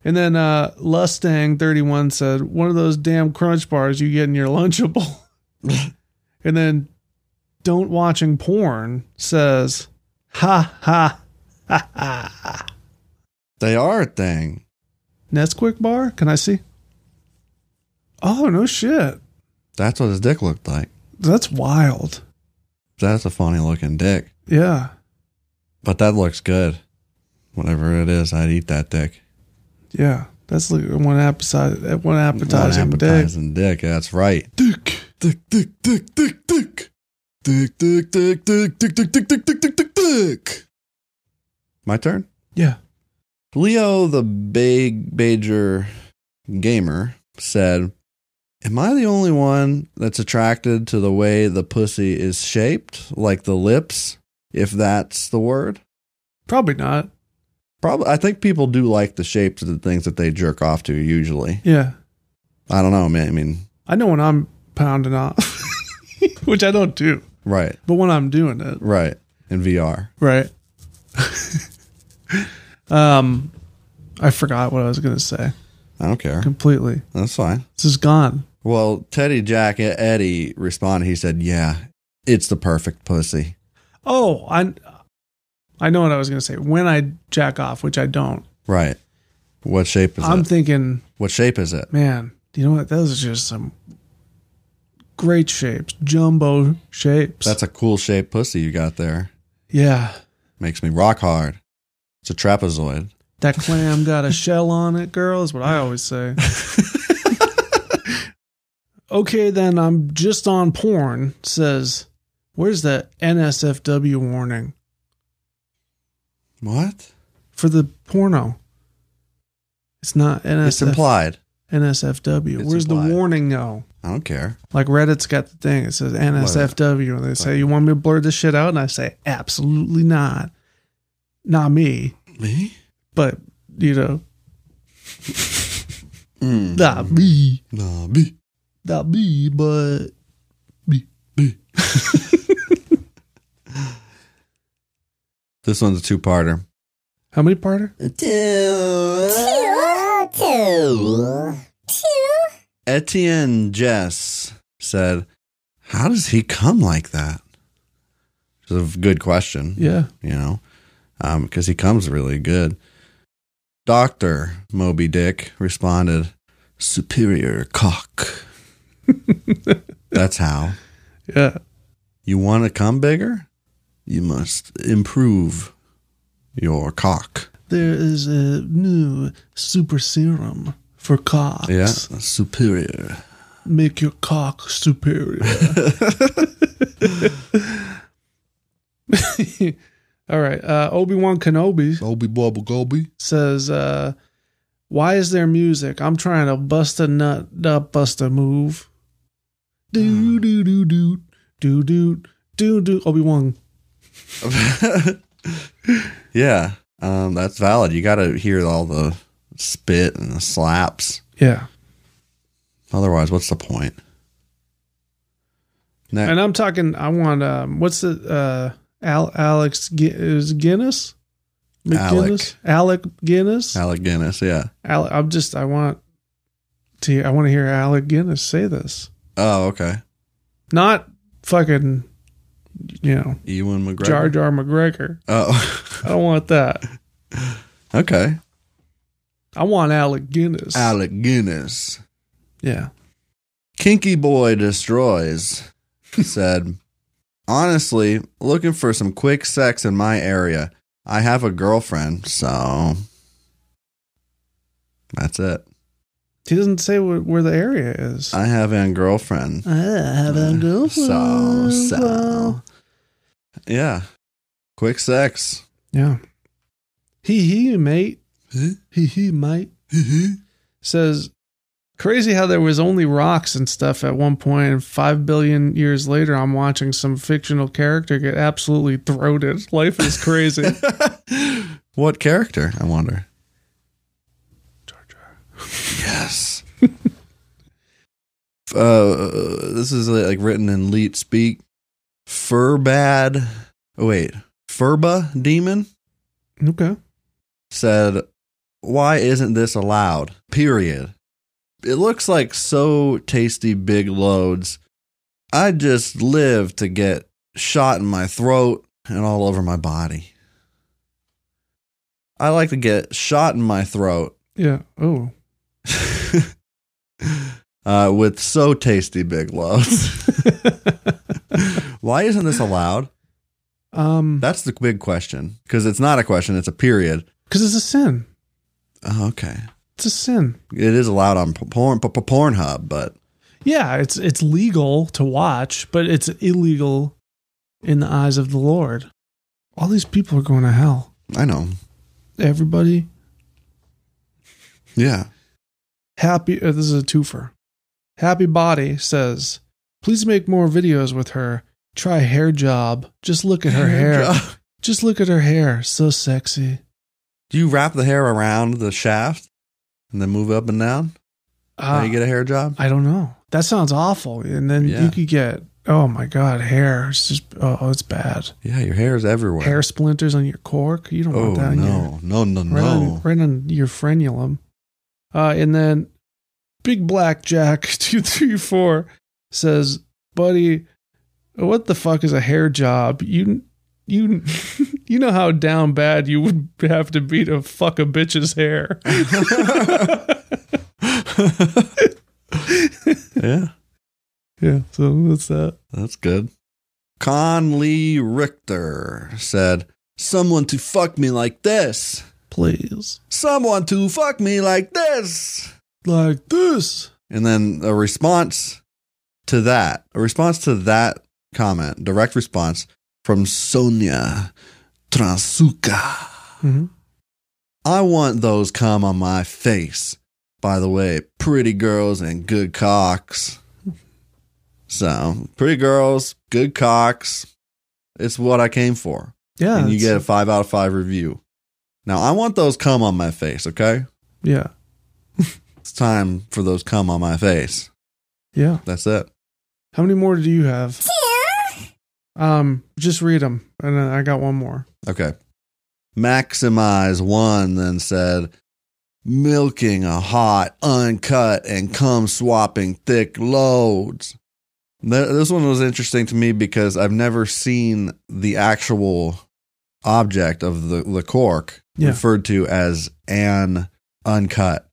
Speaker 2: And then uh, Lustang31 said, one of those damn crunch bars you get in
Speaker 1: [laughs]
Speaker 2: your Lunchable. and then Don't Watching Porn says, ha ha ha ha.
Speaker 1: They are a thing.
Speaker 2: Nesquik bar? Can I see? Oh, no shit.
Speaker 1: That's what his dick looked like.
Speaker 2: That's wild.
Speaker 1: That's a funny looking dick.
Speaker 2: Yeah.
Speaker 1: But that looks good. Whatever it is, I'd eat that dick.
Speaker 2: Yeah. That's like one, appetizer, one appetizing,
Speaker 1: One
Speaker 2: appetizing
Speaker 1: appetizing dick. That's right.
Speaker 2: day. Dick.
Speaker 1: Dick, dick, dick, dick, dick. Dick, dick, dick, dick, dick, dick, dick, dick, dick, dick, dick, dick. My turn.
Speaker 2: Yeah.
Speaker 1: Leo the big Bager gamer said, Am I the only one that's attracted to the way the pussy is shaped, like the lips, if that's the word?
Speaker 2: Probably not.
Speaker 1: Probably, I think people do like the shapes of the things that they jerk off to usually.
Speaker 2: Yeah.
Speaker 1: I don't know, man. I mean,
Speaker 2: I know when I'm pounding off, [laughs] which I don't do,
Speaker 1: right,
Speaker 2: but when I'm doing it,
Speaker 1: right. In VR.
Speaker 2: right? [laughs] um, I forgot what I was gonna say
Speaker 1: I don't care.
Speaker 2: completely.
Speaker 1: That's fine.
Speaker 2: This is gone.
Speaker 1: Well, Teddy Jack E-, Eddie responded. He said, "Yeah, it's the perfect pussy."
Speaker 2: Oh, I I know what I was gonna say. When I jack off, which I don't,
Speaker 1: Right. What shape is
Speaker 2: I'm
Speaker 1: it?
Speaker 2: thinking,
Speaker 1: what shape is it?
Speaker 2: man, you know what? Those are just some great shapes, jumbo shapes.
Speaker 1: That's a cool shaped pussy you got there.
Speaker 2: yeah.
Speaker 1: Makes me rock hard. It's a trapezoid.
Speaker 2: That clam got a shell on it, girl, is what I
Speaker 1: [laughs]
Speaker 2: always say. okay, then I'm just on porn, says, where's the NSFW warning
Speaker 1: What?
Speaker 2: for the porno? It's not NSF,
Speaker 1: It's implied.
Speaker 2: NSFW.
Speaker 1: It's
Speaker 2: Where's
Speaker 1: implied.
Speaker 2: the warning go?
Speaker 1: I don't care.
Speaker 2: Like Reddit's got the thing. It says NSFW, and they say, "You want me to blur this shit out?" And I say, "Absolutely not, not me."
Speaker 1: Me?
Speaker 2: But you know, [laughs] not me,
Speaker 1: Nah, me.
Speaker 2: not me. But
Speaker 1: This one's a two-parter.
Speaker 2: how many parter?
Speaker 1: Etienne Jess said, "How does he come like that?" It's a good question.
Speaker 2: Yeah,
Speaker 1: you know, because he comes really good. Doctor Moby Dick responded, "Superior cock." That's how
Speaker 2: yeah.
Speaker 1: you want to come bigger. You must improve your cock.
Speaker 2: There is a new super serum for cocks.
Speaker 1: Yeah, superior.
Speaker 2: Make your cock [laughs] superior. All right. Uh, Obi Wan Kenobi
Speaker 1: Obi Bobble Gobi.
Speaker 2: says, uh, "Why is there music? I'm trying to bust a nut, not bust a move." Do do do do do do do do. Obi Wan.
Speaker 1: yeah, um, that's valid. You got to hear all the spit and the slaps.
Speaker 2: Yeah.
Speaker 1: Otherwise, what's the point? Next.
Speaker 2: And I'm talking. I want. Um, what's the uh, Al, Alex Gu- is Guinness? McGuinness? Alec Guinness.
Speaker 1: Alec Guinness, yeah.
Speaker 2: Al- I'm just. I want to. I want to hear Alec Guinness say this.
Speaker 1: Oh, okay.
Speaker 2: Not fucking. You know,
Speaker 1: Ewan McGregor.
Speaker 2: Jar Jar McGregor.
Speaker 1: Oh, [laughs]
Speaker 2: I don't want that.
Speaker 1: okay.
Speaker 2: I want Alec Guinness.
Speaker 1: Alec Guinness.
Speaker 2: Yeah.
Speaker 1: Kinky Boy Destroys said, Honestly, looking for some quick sex in my area. I have a girlfriend, so. That's it.
Speaker 2: He doesn't say wh- where the area is.
Speaker 1: I have a girlfriend.
Speaker 2: have
Speaker 1: So, so. Yeah. Quick sex.
Speaker 2: Yeah. He he mate.
Speaker 1: Huh?
Speaker 2: He he mate. says crazy how there was only rocks and stuff at one point and five billion years later i'm watching some fictional character get absolutely throated [laughs] life is crazy [laughs]
Speaker 1: what character, I wonder? Yes. [laughs] uh, this is uh, like written in Leet speak. Furbad. Oh, wait. Furba demon
Speaker 2: okay
Speaker 1: said, Why isn't this allowed? Period. It looks like so tasty big loads. I just live to get shot in my throat and all over my body. I like to get shot in my throat
Speaker 2: yeah oh
Speaker 1: uh, with so tasty big loads. [laughs] Why isn't this allowed?
Speaker 2: um
Speaker 1: That's the big question because it's not a question; it's a period.
Speaker 2: because it's a sin
Speaker 1: Oh, okay,
Speaker 2: it's a sin
Speaker 1: it is allowed on P- porn P- P- Pornhub, but
Speaker 2: yeah it's it's legal to watch but it's illegal in the eyes of the lord all these people are going to hell
Speaker 1: I know.
Speaker 2: everybody
Speaker 1: Yeah,
Speaker 2: Happy, uh, this is a twofer. Happy Body says, please make more videos with her. Try hair job. Just look at her hair. Just look at her hair. So sexy.
Speaker 1: Do you wrap the hair around the shaft and then move up and down? How
Speaker 2: Ah,
Speaker 1: you get a hair job?
Speaker 2: I don't know. That sounds awful. And then
Speaker 1: Yeah.
Speaker 2: you could get, oh my God, hair. It's just, oh, it's bad.
Speaker 1: Yeah, your hair is everywhere.
Speaker 2: Hair splinters on your cork. You don't
Speaker 1: oh
Speaker 2: want that. on your-
Speaker 1: no, no, no,
Speaker 2: right,
Speaker 1: no!
Speaker 2: on, right on your frenulum. Uh, and then Big Black Jack [laughs] two three four says, "Buddy, what the fuck is a hair job? You you [laughs] you know how down bad you would have to be to fuck a bitch's
Speaker 1: [laughs]
Speaker 2: hair."
Speaker 1: [laughs] yeah,
Speaker 2: yeah, so that's that.
Speaker 1: that's good. Conley Richter said, "Someone to fuck me like this.
Speaker 2: Please,
Speaker 1: Someone to fuck me like this."
Speaker 2: like this.
Speaker 1: And then a response to that, a response to that comment, direct response from Sonia Transuka.
Speaker 2: Mhm.
Speaker 1: I want those come on my face. By the way, pretty girls and good cocks. So, pretty girls, good cocks. It's what I came for.
Speaker 2: Yeah.
Speaker 1: and you
Speaker 2: it's-
Speaker 1: get a five out of five review. Now, I want those come on my face, okay?
Speaker 2: Yeah.
Speaker 1: It's time for those come on my face.
Speaker 2: Yeah.
Speaker 1: That's it.
Speaker 2: How many more do you have? Um, just read them, and then I got one more.
Speaker 1: Okay. Maximize one then said, milking a hot, uncut, and cum swapping thick loads. Th- This one was interesting to me because I've never seen the actual object of the, the cork
Speaker 2: Yeah.
Speaker 1: referred to as an uncut.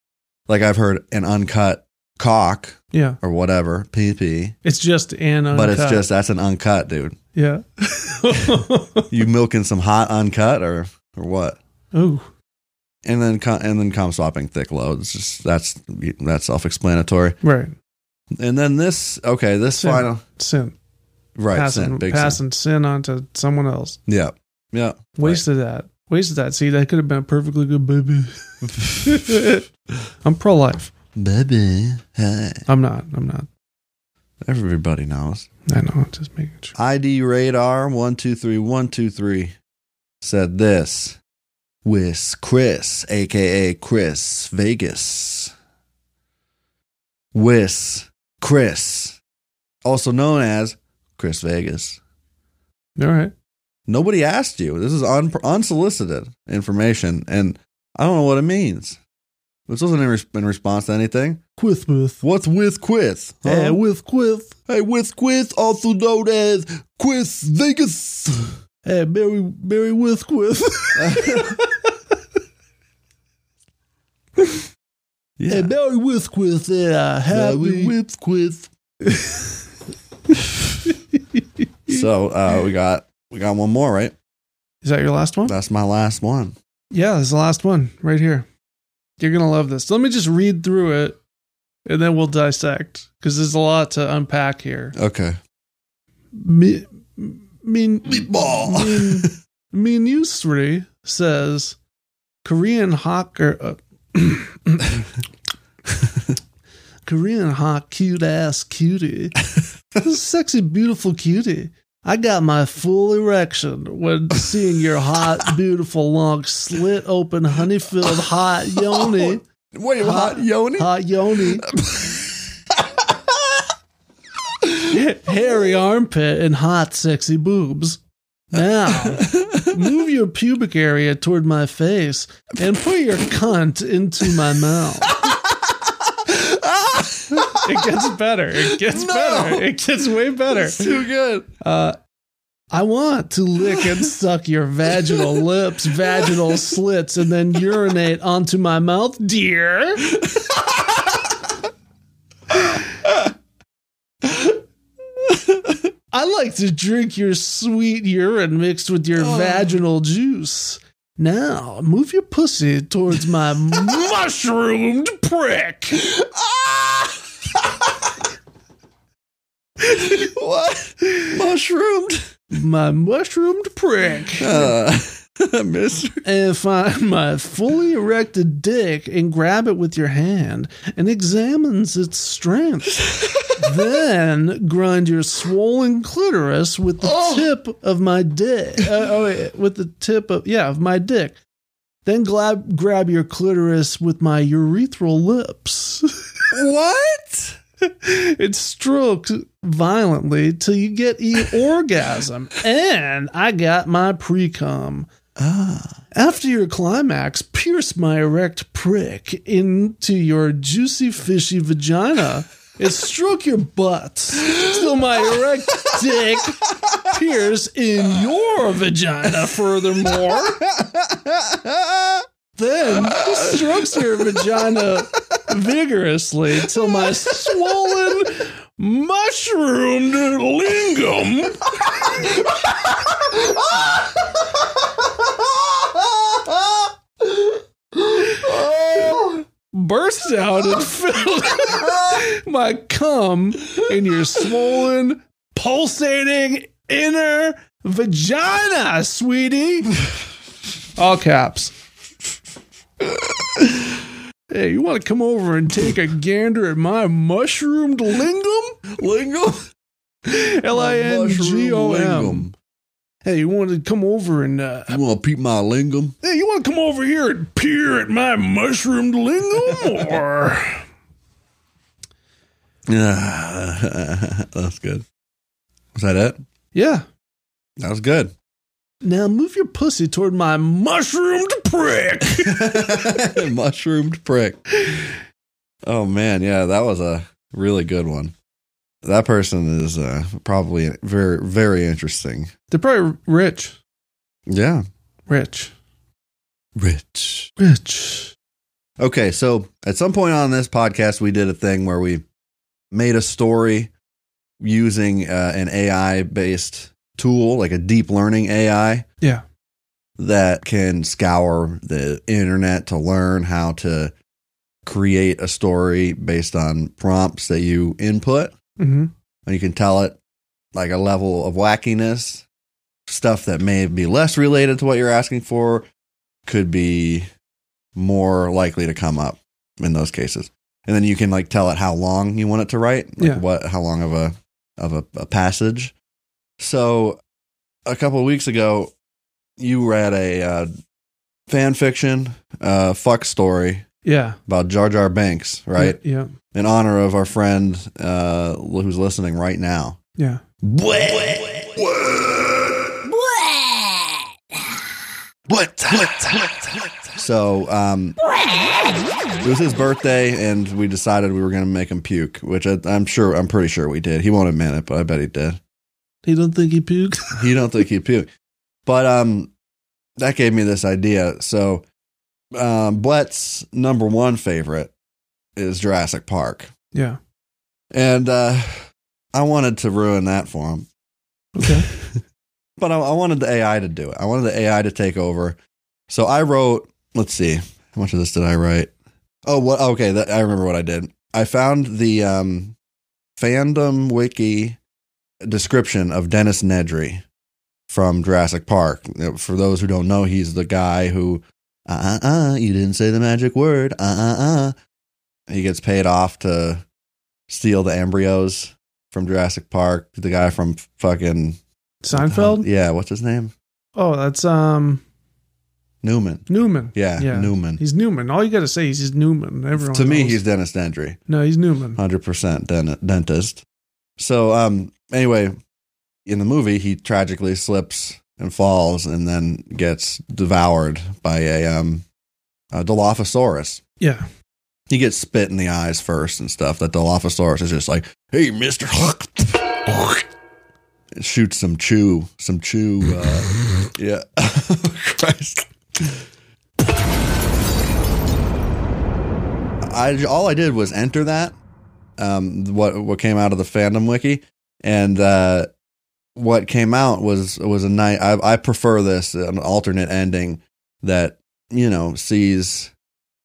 Speaker 1: Like I've heard an uncut cock
Speaker 2: Yeah,
Speaker 1: or whatever, PP,
Speaker 2: it's just an uncut.
Speaker 1: but it's just that's an uncut, dude. [laughs]
Speaker 2: yeah.
Speaker 1: You milking some hot uncut or or what?
Speaker 2: Ooh,
Speaker 1: and then com- and then com swapping thick loads. Just, that's that's self explanatory.
Speaker 2: right.
Speaker 1: And then this okay, this
Speaker 2: Sin.
Speaker 1: final
Speaker 2: Sin
Speaker 1: right
Speaker 2: passing,
Speaker 1: sin, big sin.
Speaker 2: passing sin. onto someone else.
Speaker 1: Yeah, yeah.
Speaker 2: Wasted that. Wasted that. See, that could have been a perfectly
Speaker 1: [laughs]
Speaker 2: good baby. I'm pro life.
Speaker 1: Baby, hey.
Speaker 2: I'm not. I'm not.
Speaker 1: everybody knows.
Speaker 2: I know. I'm just making sure.
Speaker 1: ID radar one two three one two three said this. Wis Chris, aka Chris Vegas. Wis Chris, also known as Chris Vegas.
Speaker 2: All right.
Speaker 1: Nobody asked you. This is un- unsolicited information, and I don't know what it means. This wasn't in, res- in response to anything.
Speaker 2: Quith with.
Speaker 1: What's with Quith? huh?
Speaker 2: Eh, with quith.
Speaker 1: hey, with Quith, also known as Quith Vegas.
Speaker 2: Hey, Mary, Mary with quith.
Speaker 1: yeah,
Speaker 2: Mary with quith. Yeah,
Speaker 1: Happy with
Speaker 2: [laughs]
Speaker 1: Quith. so uh, we got we got one more, right?
Speaker 2: Is that your last one?
Speaker 1: That's my last one.
Speaker 2: Yeah, this is the last one right here. You're going to love this. Let me just read through it and then we'll dissect because there's a lot to unpack here.
Speaker 1: Okay,
Speaker 2: Me, mean,
Speaker 1: meatball.
Speaker 2: [laughs] mean, mean Yusri says Korean hawker. Uh, [coughs] Korean hot cute ass cutie. Sexy, beautiful cutie. I got my full erection when seeing your hot, beautiful, long, slit open, honey filled, hot yoni.
Speaker 1: Wait,
Speaker 2: Hot-
Speaker 1: hot yoni?
Speaker 2: Hot
Speaker 1: [laughs]
Speaker 2: yoni. Hairy armpit and hot, sexy boobs. Now, move your pubic area toward my face and put your cunt into
Speaker 1: [laughs]
Speaker 2: my mouth. It gets better. It gets
Speaker 1: No.
Speaker 2: better. It gets way better.
Speaker 1: It's too good.
Speaker 2: Uh, I want to lick and suck your vaginal lips, vaginal slits, and then urinate onto my mouth, dear. I like to drink your sweet urine mixed with your vaginal juice. Now, move your pussy towards my mushroomed prick.
Speaker 1: what? Mushroomed?
Speaker 2: My mushroomed prick.
Speaker 1: Uh, [laughs] Mr.
Speaker 2: and find my fully erected dick and grab it with your hand and examines its strength. then grind your swollen clitoris with the
Speaker 1: Oh.
Speaker 2: tip of my dick. Uh, oh, wait, with the tip of yeah, of my dick. Then grab grab your clitoris with my urethral lips [laughs]
Speaker 1: What?
Speaker 2: it strokes violently till you get e orgasm. And I got my pre cum. After your climax, pierce my erect prick into your juicy, fishy vagina. It stroke your butt till my erect dick peers in your vagina. Furthermore, then strokes your vagina vigorously till my swollen mushroomed lingam bursts out and fills my cum in your swollen, pulsating inner vagina, sweetie. All caps. Hey, you want to come over and take a gander at my mushroomed lingam?
Speaker 1: Lingam?
Speaker 2: L I N G O M. Hey, you want to come over and uh,
Speaker 1: You want to peep my lingam?
Speaker 2: hey, you want to come over here and peer at my mushroomed lingam, or
Speaker 1: [laughs] That's good. Was that it?
Speaker 2: yeah?
Speaker 1: That was [laughs] good.
Speaker 2: Now move your pussy toward my mushroomed prick. [laughs]
Speaker 1: Mushroomed prick. Oh man, yeah, that was a really good one. That person is uh, probably very, very interesting.
Speaker 2: They're probably rich,
Speaker 1: Yeah,
Speaker 2: rich,
Speaker 1: rich.
Speaker 2: rich.
Speaker 1: Okay, so at some point on this podcast, we did a thing where we made a story using uh, an AI based tool, like a deep learning AI
Speaker 2: Yeah,
Speaker 1: that can scour the internet to learn how to create a story based on prompts that you input.
Speaker 2: mm-hmm.
Speaker 1: And you can tell it like a level of wackiness, stuff that may be less related to what you're asking for could be more likely to come up in those cases. And then you can like tell it how long you want it to write, like
Speaker 2: Yeah.
Speaker 1: what how long of a of a, a passage. So a couple of weeks ago, you read a uh, fan fiction uh, fuck story
Speaker 2: yeah,
Speaker 1: about Jar Jar Banks, right?
Speaker 2: Yeah,
Speaker 1: in honor of our friend uh, who's listening right now.
Speaker 2: yeah.
Speaker 1: What? So um, it was his birthday, and we decided we were going to make him puke, which I, I'm sure, I'm pretty sure we did. He won't admit it, but I bet he did.
Speaker 2: He don't think he puked. [laughs]
Speaker 1: He don't think he puked, but um, that gave me this idea. So um, Blett's number one favorite is Jurassic Park.
Speaker 2: Yeah.
Speaker 1: And uh, I wanted to ruin that for him,
Speaker 2: Okay.
Speaker 1: but I, I wanted the AI to do it. I wanted the AI to take over. So I wrote, let's see, how much of this did I write? Oh, what? Okay, that, I remember what I did. I found the um, fandom wiki description of Dennis Nedry from Jurassic Park. For those who don't know, he's the guy who, uh uh uh, you didn't say the magic word, uh uh uh. He gets paid off to steal the embryos from Jurassic Park. The guy from fucking
Speaker 2: Seinfeld.
Speaker 1: Um, yeah, what's his name?
Speaker 2: Oh, that's um
Speaker 1: Newman.
Speaker 2: Newman.
Speaker 1: Yeah, Newman.
Speaker 2: He's Newman. All you got to say is he's Newman. Everyone
Speaker 1: to me,
Speaker 2: knows.
Speaker 1: he's Um, Dennis Dendry,
Speaker 2: no, he's Newman.
Speaker 1: hundred percent dentist. So, um, anyway, in the movie, he tragically slips and falls, and then gets devoured by a um, a Dilophosaurus.
Speaker 2: yeah.
Speaker 1: He gets spit in the eyes first and stuff. That Dilophosaurus is just like, "Hey, Mister," It shoots some chew, some chew. Uh, yeah, [laughs] Christ. I all I did was enter that um, what what came out of the fandom wiki, and uh, what came out was was a night. I, I prefer this an alternate ending that you know sees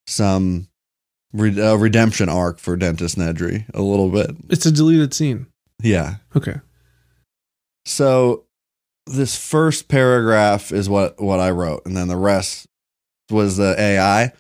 Speaker 1: some re- uh, redemption arc for Dentist Nedry a little bit.
Speaker 2: It's a deleted scene.
Speaker 1: Yeah.
Speaker 2: Okay.
Speaker 1: So this first paragraph is what what I wrote, and then the rest was the AI,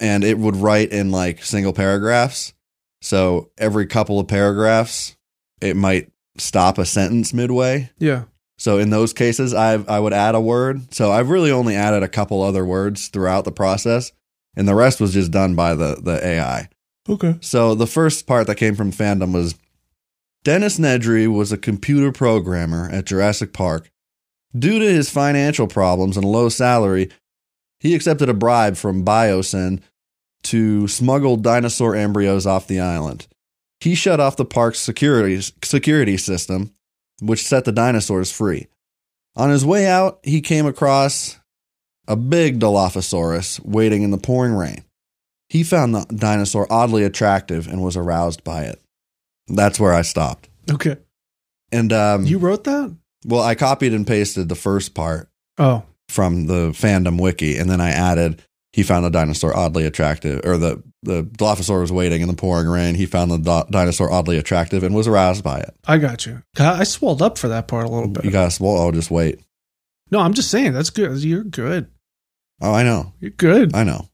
Speaker 1: and it would write in like single paragraphs. So every couple of paragraphs, it might stop a sentence midway.
Speaker 2: Yeah.
Speaker 1: So in those cases, I I would add a word. So I've really only added a couple other words throughout the process, and the rest was just done by the the AI.
Speaker 2: Okay.
Speaker 1: So the first part that came from fandom was Dennis Nedry was a computer programmer at Jurassic Park. Due to his financial problems and low salary, he accepted a bribe from Biosyn to smuggle dinosaur embryos off the island. He shut off the park's security, security system, which set the dinosaurs free. On his way out, he came across a big Dilophosaurus waiting in the pouring rain. He found the dinosaur oddly attractive and was aroused by it. That's where I stopped.
Speaker 2: Okay.
Speaker 1: And um,
Speaker 2: You wrote that?
Speaker 1: well, I copied and pasted the first part
Speaker 2: Oh.
Speaker 1: from the fandom wiki, and then I added he found the dinosaur oddly attractive, or the the Dilophosaur was waiting in the pouring rain. He found the do- dinosaur oddly attractive and was aroused by it.
Speaker 2: I got you. God, I swelled up for that part a little bit.
Speaker 1: You gotta swallow. Oh, just wait.
Speaker 2: no, I'm just saying that's good. You're good.
Speaker 1: Oh, I know. [laughs]
Speaker 2: You're good.
Speaker 1: I know.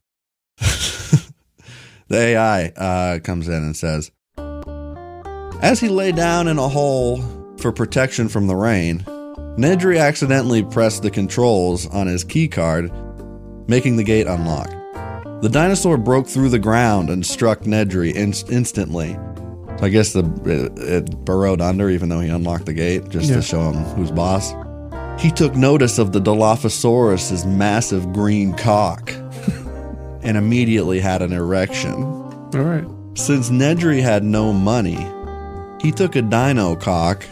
Speaker 1: The AI uh, comes in and says, As he lay down in a hole for protection from the rain, Nedry accidentally pressed the controls on his keycard, making the gate unlock. The dinosaur broke through the ground and struck Nedry inst- instantly. So I guess the it, it burrowed under, even though he unlocked the gate, just
Speaker 2: Yeah.
Speaker 1: to show him who's boss. He took notice of the Dilophosaurus's massive green cock and immediately had an erection.
Speaker 2: All right.
Speaker 1: Since Nedry had no money, he took a dino cock,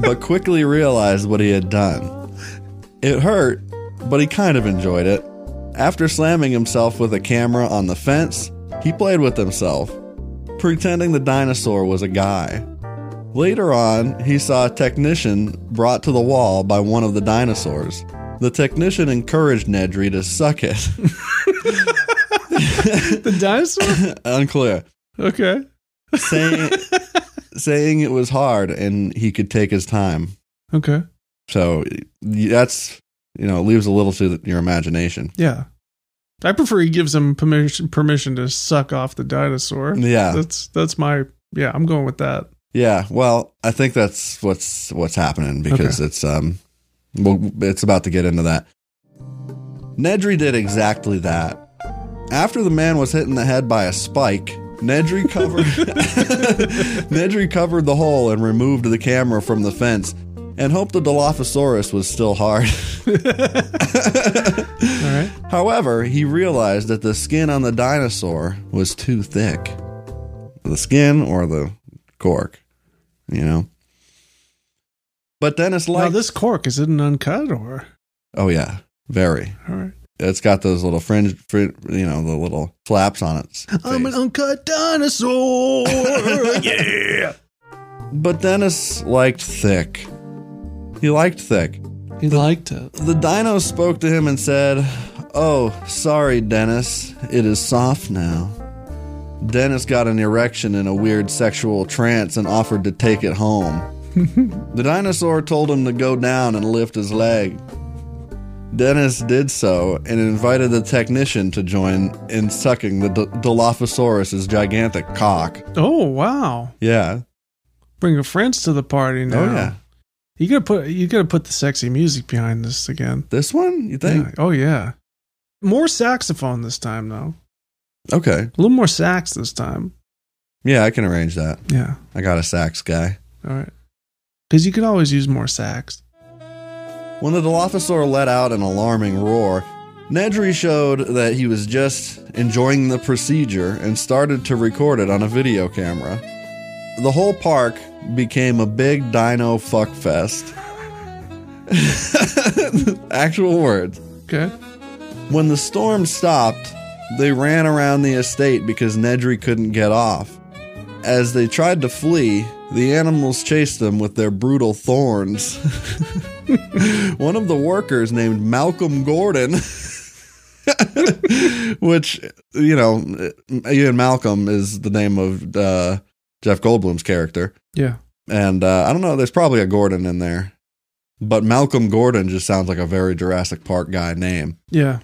Speaker 1: but quickly realized what he had done. It hurt, but he kind of enjoyed it. After slamming himself with a camera on the fence, he played with himself, pretending the dinosaur was a guy. Later on, he saw a technician brought to the wall by one of the dinosaurs. The technician encouraged Nedry to suck it. [laughs]
Speaker 2: The dinosaur?
Speaker 1: [laughs] Unclear.
Speaker 2: okay.
Speaker 1: saying saying it was hard and he could take his time.
Speaker 2: Okay.
Speaker 1: So y- that's you know it leaves a little to your imagination.
Speaker 2: Yeah. I prefer he gives him permission permission to suck off the dinosaur.
Speaker 1: Yeah,
Speaker 2: That's that's my yeah, I'm going with that.
Speaker 1: yeah. Well, I think that's what's what's happening because it's um, well, it's about to get into that. Nedry did exactly that. After the man was hit in the head by a spike, Nedry covered Nedry covered the hole and removed the camera from the fence and hoped the Dilophosaurus was still hard.
Speaker 2: All right.
Speaker 1: However, he realized that the skin on the dinosaur was too thick. The skin or the cork, you know? But then it's
Speaker 2: now
Speaker 1: like.
Speaker 2: this cork is it an uncut or
Speaker 1: oh, yeah. Very.
Speaker 2: all right?
Speaker 1: It's got those little fringe, fringe you know, the little flaps on its.
Speaker 2: Um,
Speaker 1: face.
Speaker 2: uncut dinosaur. [laughs] yeah.
Speaker 1: but Dennis liked thick. He liked thick.
Speaker 2: He liked it.
Speaker 1: The dino spoke to him and said, Oh, sorry, Dennis. It is soft now. Dennis got an erection in a weird sexual trance and offered to take it home. the dinosaur told him to go down and lift his leg. Dennis did so and invited the technician to join in sucking the D- Dilophosaurus's gigantic cock.
Speaker 2: Oh wow.
Speaker 1: Yeah.
Speaker 2: Bring your friends to the party now.
Speaker 1: Oh, yeah.
Speaker 2: You gotta put you gotta put the sexy music behind this again.
Speaker 1: This one, you think?
Speaker 2: Yeah. Oh yeah. More saxophone this time though.
Speaker 1: Okay.
Speaker 2: A little more sax this time.
Speaker 1: Yeah, I can arrange that.
Speaker 2: Yeah.
Speaker 1: I got a sax guy.
Speaker 2: All right. Because you could always use more sax.
Speaker 1: When the Dilophosaur let out an alarming roar, Nedry showed that he was just enjoying the procedure and started to record it on a video camera. The whole park became a big dino fuckfest. [laughs] Actual words.
Speaker 2: Okay.
Speaker 1: When the storm stopped, they ran around the estate because Nedry couldn't get off. As they tried to flee, the animals chased them with their brutal thorns. [laughs] One of the workers named Malcolm Gordon, [laughs] which, you know, Ian Malcolm is the name of uh, Jeff Goldblum's character.
Speaker 2: Yeah.
Speaker 1: And uh, I don't know, there's probably a Gordon in there. But Malcolm Gordon just sounds like a very Jurassic Park guy name.
Speaker 2: Yeah.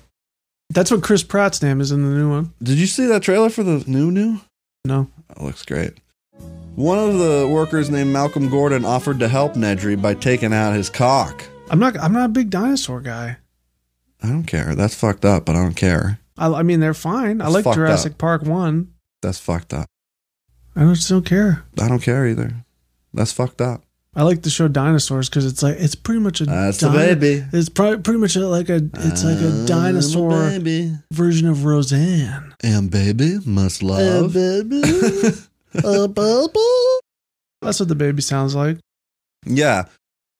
Speaker 2: That's what Chris Pratt's name is in the new one.
Speaker 1: Did you see that trailer for the new new?
Speaker 2: No.
Speaker 1: That looks great. One of the workers named Malcolm Gordon offered to help Nedry by taking out his cock.
Speaker 2: I'm not I'm not a big dinosaur guy.
Speaker 1: I don't care. That's fucked up, but I don't care.
Speaker 2: I, I mean they're fine. I
Speaker 1: It's
Speaker 2: like
Speaker 1: fucked
Speaker 2: Jurassic Park 1.
Speaker 1: That's fucked up.
Speaker 2: I don't, just don't care.
Speaker 1: I don't care either. That's fucked up.
Speaker 2: I like the show Dinosaurs because it's like it's pretty much a
Speaker 1: That's the
Speaker 2: dino-
Speaker 1: baby.
Speaker 2: It's probably pretty much like a it's like
Speaker 1: I'm
Speaker 2: a dinosaur
Speaker 1: baby.
Speaker 2: version of Roseanne.
Speaker 1: And baby must love.
Speaker 2: baby. That's what the baby sounds like.
Speaker 1: yeah.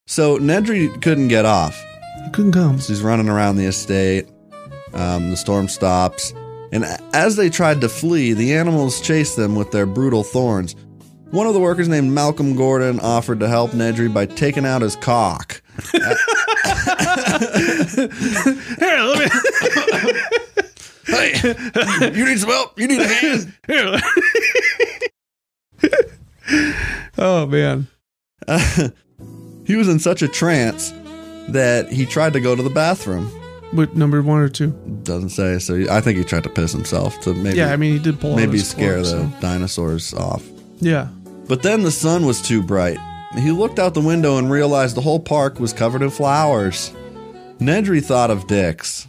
Speaker 1: So Nedry couldn't get off.
Speaker 2: It couldn't come.
Speaker 1: She's running around the estate. Um, the storm stops. And a- as they tried to flee, the animals chased them with their brutal thorns. One of the workers named Malcolm Gordon offered to help Nedry by taking out his cock.
Speaker 2: Here, let me
Speaker 1: Hey, [laughs] you need some help? You need a [laughs] hand?
Speaker 2: Here. [laughs] oh man.
Speaker 1: he was in such a trance that he tried to go to the bathroom.
Speaker 2: What number one or two?
Speaker 1: Doesn't say. So I think he tried to piss himself to maybe
Speaker 2: yeah, I mean he did pull. out
Speaker 1: maybe
Speaker 2: his
Speaker 1: scare
Speaker 2: fork,
Speaker 1: the
Speaker 2: so-
Speaker 1: dinosaurs off.
Speaker 2: Yeah,
Speaker 1: But then the sun was too bright. He looked out the window and realized the whole park was covered in flowers. Nedry thought of
Speaker 2: [laughs]
Speaker 1: dicks.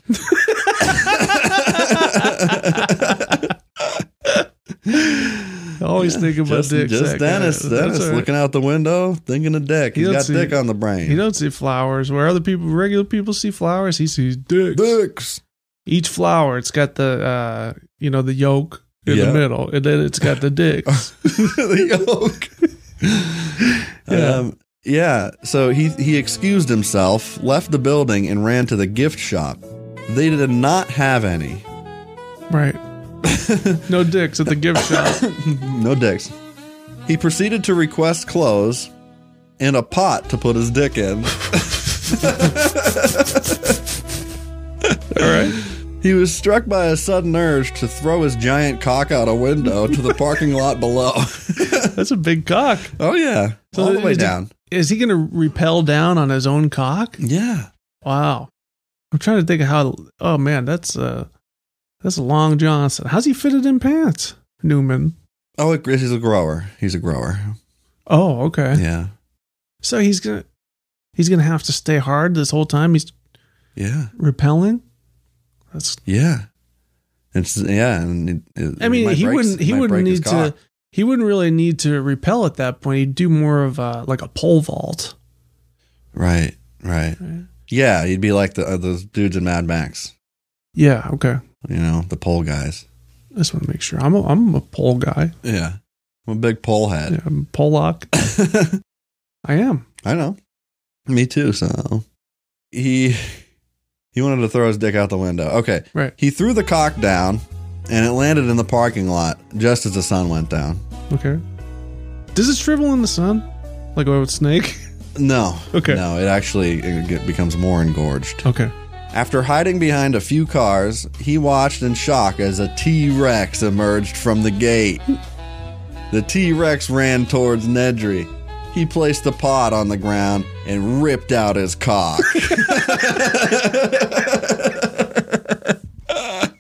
Speaker 2: I always think about
Speaker 1: Just,
Speaker 2: dicks.
Speaker 1: just
Speaker 2: that guy.
Speaker 1: Dennis.
Speaker 2: That's
Speaker 1: Dennis
Speaker 2: all right.
Speaker 1: looking out the window, thinking of dick.
Speaker 2: He
Speaker 1: He's
Speaker 2: don't
Speaker 1: got
Speaker 2: see-
Speaker 1: dick on the brain.
Speaker 2: You don't see flowers where other people, regular people, see flowers. He sees
Speaker 1: [laughs]
Speaker 2: dicks.
Speaker 1: dicks. [laughs]
Speaker 2: Each flower, it's got the uh, you know the yolk in
Speaker 1: Yeah.
Speaker 2: the middle, and then
Speaker 1: [laughs]
Speaker 2: it's got the dicks.
Speaker 1: the yolk.
Speaker 2: [laughs] Yeah.
Speaker 1: Um, yeah. So he he excused himself, left the building, and ran to the gift shop. They did not have any.
Speaker 2: right. No dicks at the gift
Speaker 1: [laughs]
Speaker 2: shop.
Speaker 1: No dicks. He proceeded to request clothes and a pot to put his dick in.
Speaker 2: All right.
Speaker 1: He was struck by a sudden urge to throw his giant cock out a window to the parking lot below. [laughs]
Speaker 2: That's a big cock.
Speaker 1: oh yeah, all the way
Speaker 2: is he-
Speaker 1: down.
Speaker 2: Is he going to repel down on his own cock?
Speaker 1: Yeah,
Speaker 2: Wow. I'm trying to think of how. Oh man, that's uh, that's Long Johnson. How's he fitted in pants, Newman?
Speaker 1: Oh, it, he's a grower. He's a grower.
Speaker 2: Oh, okay.
Speaker 1: Yeah.
Speaker 2: So he's gonna he's gonna have to stay hard this whole time. He's
Speaker 1: Yeah.
Speaker 2: repelling. That's.
Speaker 1: Yeah. It's yeah, and it, it-
Speaker 2: I mean,
Speaker 1: might
Speaker 2: he
Speaker 1: break-
Speaker 2: wouldn't. He
Speaker 1: might
Speaker 2: wouldn't
Speaker 1: break his
Speaker 2: need to.
Speaker 1: cock.
Speaker 2: He wouldn't really need to repel at that point. He'd do more of uh like a pole vault.
Speaker 1: Right. Right. Yeah, he'd be like the uh, those dudes in Mad Max.
Speaker 2: Yeah. Okay.
Speaker 1: You know, the pole guys.
Speaker 2: I just want to make sure. I'm a, I'm a pole guy.
Speaker 1: Yeah. I'm a big pole
Speaker 2: Yeah,
Speaker 1: head.
Speaker 2: I'm
Speaker 1: [coughs]
Speaker 2: Pollock. I am.
Speaker 1: [laughs] I know. Me too. So he he wanted to throw his dick out the window. Okay.
Speaker 2: Right.
Speaker 1: He threw the cock down, and it landed in the parking lot just as the sun went down.
Speaker 2: Okay. Does it shrivel in the sun? Like a snake? [laughs]
Speaker 1: No.
Speaker 2: Okay.
Speaker 1: No, it actually it get- becomes more engorged.
Speaker 2: Okay.
Speaker 1: After hiding behind a few cars, he watched in shock as a T Rex emerged from the gate. The T Rex ran towards Nedry. He placed the pot on the ground and ripped out his cock. [laughs]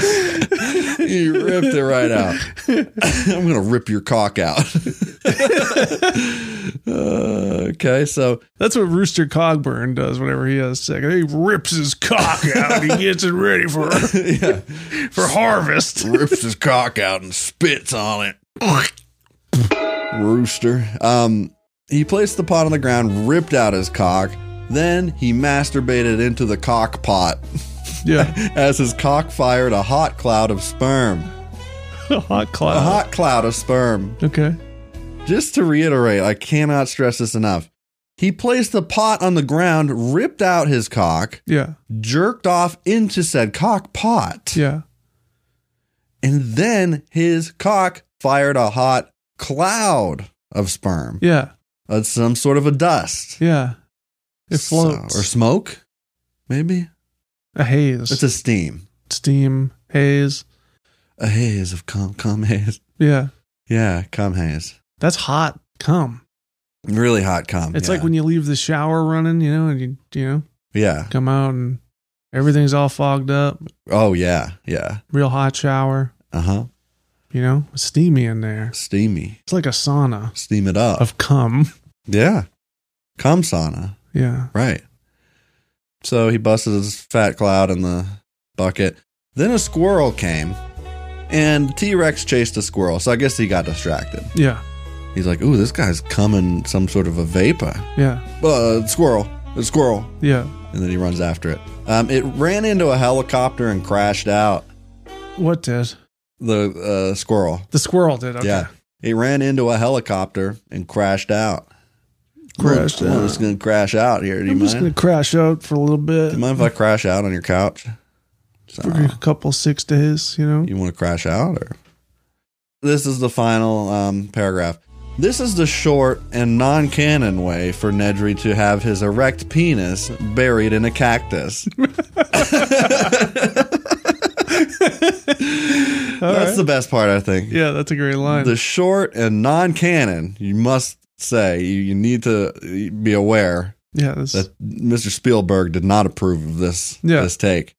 Speaker 1: he ripped it right out. [laughs] I'm going to rip your cock out. [laughs] Uh, okay, so
Speaker 2: That's what Rooster Cogburn does whenever he has sex. He rips his cock out. and he gets it ready for
Speaker 1: [laughs] yeah.
Speaker 2: for harvest.
Speaker 1: rips his cock out and spits on it. Rooster. Um, he placed the pot on the ground, ripped out his cock, then he masturbated into the cock pot [laughs]
Speaker 2: Yeah.
Speaker 1: as his cock fired a hot cloud of sperm.
Speaker 2: [laughs] Hot
Speaker 1: A
Speaker 2: cloud.
Speaker 1: hot cloud of sperm.
Speaker 2: okay.
Speaker 1: Just to reiterate, I cannot stress this enough. He placed the pot on the ground, ripped out his cock,
Speaker 2: Yeah.
Speaker 1: jerked off into said cock pot.
Speaker 2: Yeah.
Speaker 1: and then his cock fired a hot cloud of sperm.
Speaker 2: Yeah.
Speaker 1: Uh, some sort of a dust.
Speaker 2: Yeah. It
Speaker 1: So-
Speaker 2: floats.
Speaker 1: or smoke, maybe?
Speaker 2: a haze.
Speaker 1: It's a steam.
Speaker 2: steam haze.
Speaker 1: A haze of cum, cum haze.
Speaker 2: Yeah.
Speaker 1: Yeah, cum haze.
Speaker 2: That's hot cum.
Speaker 1: Really hot cum.
Speaker 2: It's like when you leave the shower running, you know, and you you know,
Speaker 1: Yeah.
Speaker 2: come out and everything's all fogged up.
Speaker 1: Oh, yeah. Yeah.
Speaker 2: Real hot shower.
Speaker 1: Uh huh.
Speaker 2: you know, steamy in there.
Speaker 1: Steamy.
Speaker 2: It's like a sauna
Speaker 1: Steam it up.
Speaker 2: of cum.
Speaker 1: Yeah. Cum sauna.
Speaker 2: Yeah.
Speaker 1: Right. So he busted his fat cloud in the bucket. Then a squirrel came, and T Rex chased the squirrel. So I guess he got distracted.
Speaker 2: Yeah.
Speaker 1: He's like, "Ooh, this guy's coming some sort of a vapor."
Speaker 2: Yeah.
Speaker 1: Uh, squirrel, a squirrel,
Speaker 2: Yeah.
Speaker 1: and then he runs after it. Um, it ran into a helicopter and crashed out.
Speaker 2: What did?
Speaker 1: The uh, squirrel.
Speaker 2: The squirrel did. Okay.
Speaker 1: Yeah. It ran into a helicopter and crashed out.
Speaker 2: Crashed
Speaker 1: Well, I'm
Speaker 2: out.
Speaker 1: just gonna crash out here. Do you
Speaker 2: I'm
Speaker 1: mind?
Speaker 2: just going to crash out for a little bit.
Speaker 1: Do you mind if I crash out on your couch? uh,
Speaker 2: for a couple six days, you know?
Speaker 1: You want to crash out or? This is the final um, paragraph. This is the short and non canon way for Nedry to have his erect penis buried in a cactus.
Speaker 2: [laughs] All
Speaker 1: That's
Speaker 2: right.
Speaker 1: the best part, I think.
Speaker 2: yeah, that's a great line.
Speaker 1: The short and non canon, you must say, you, you need to be aware
Speaker 2: Yeah, this,
Speaker 1: that Mr. Spielberg did not approve of this
Speaker 2: Yeah.
Speaker 1: this take.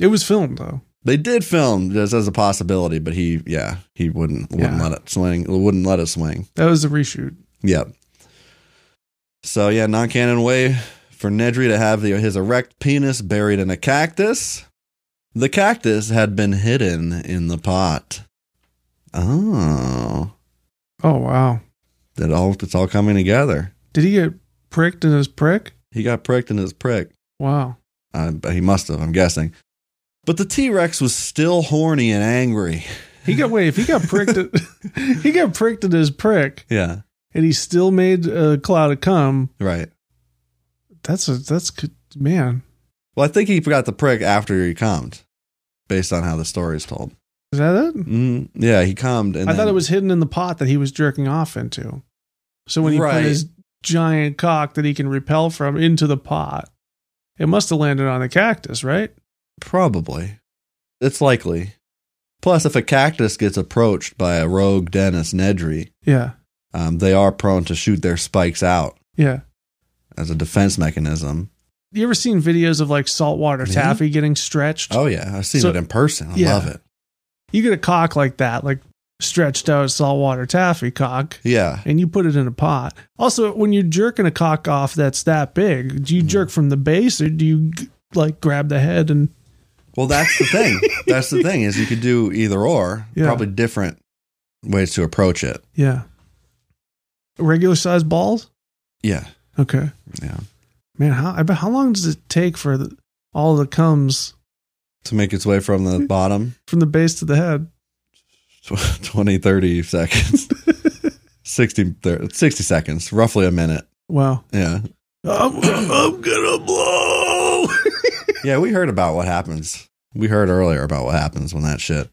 Speaker 2: it was filmed though.
Speaker 1: They did film this as a possibility, but he yeah he wouldn't wouldn't
Speaker 2: Yeah.
Speaker 1: let it swing wouldn't let it swing.
Speaker 2: That was a reshoot.
Speaker 1: Yep. So yeah, non-canon way for Nedry to have the, his erect penis buried in a cactus. The cactus had been hidden in the pot. Oh,
Speaker 2: Oh wow!
Speaker 1: that all it's all coming together.
Speaker 2: Did he get pricked in his prick?
Speaker 1: He got pricked in his prick.
Speaker 2: Wow.
Speaker 1: Uh, but he must have, I'm guessing. But the T Rex was still horny and angry. [laughs]
Speaker 2: He got wait. If he got pricked, in- [laughs] he got pricked in his prick,
Speaker 1: Yeah,
Speaker 2: and he still made a cloud of cum.
Speaker 1: right.
Speaker 2: That's a that's good man.
Speaker 1: Well, I think he got the prick after he calmed, based on how the story is told.
Speaker 2: Is that it?
Speaker 1: Mm, yeah, he calmed. And
Speaker 2: I
Speaker 1: then-
Speaker 2: thought it was hidden in the pot that he was jerking off into. So when he
Speaker 1: Right.
Speaker 2: put his giant cock that he can repel from into the pot, it must have landed on the cactus, right?
Speaker 1: probably. It's likely. Plus, if a cactus gets approached by a rogue Dennis Nedry,
Speaker 2: Yeah.
Speaker 1: um, they are prone to shoot their spikes out
Speaker 2: Yeah.
Speaker 1: as a defense mechanism.
Speaker 2: You ever seen videos of like saltwater
Speaker 1: Yeah.
Speaker 2: taffy getting stretched?
Speaker 1: Oh yeah, I've seen
Speaker 2: So-
Speaker 1: it in person. I
Speaker 2: Yeah.
Speaker 1: love it.
Speaker 2: You get a cock like that, like stretched out saltwater taffy cock,
Speaker 1: Yeah,
Speaker 2: and you put it in a pot. Also, when you're jerking a cock off that's that big, do you
Speaker 1: Mm-hmm.
Speaker 2: jerk from the base or do you like grab the head and
Speaker 1: Well, that's the
Speaker 2: [laughs]
Speaker 1: thing. that's the thing is you could do either or.
Speaker 2: Yeah.
Speaker 1: Probably different ways to approach it.
Speaker 2: yeah? Regular size balls?
Speaker 1: Yeah.
Speaker 2: Okay.
Speaker 1: Yeah.
Speaker 2: Man, how I bet how long does it take for the, all the comes
Speaker 1: To make its way from the bottom,
Speaker 2: from the base to the head?
Speaker 1: tw- [laughs] 20, 30
Speaker 2: [laughs]
Speaker 1: seconds. 60, thir 60 seconds, roughly a minute.
Speaker 2: Wow.
Speaker 1: Yeah.
Speaker 2: I'm, I'm gonna blow.
Speaker 1: Yeah, we heard about what happens. We heard earlier about what happens when that shit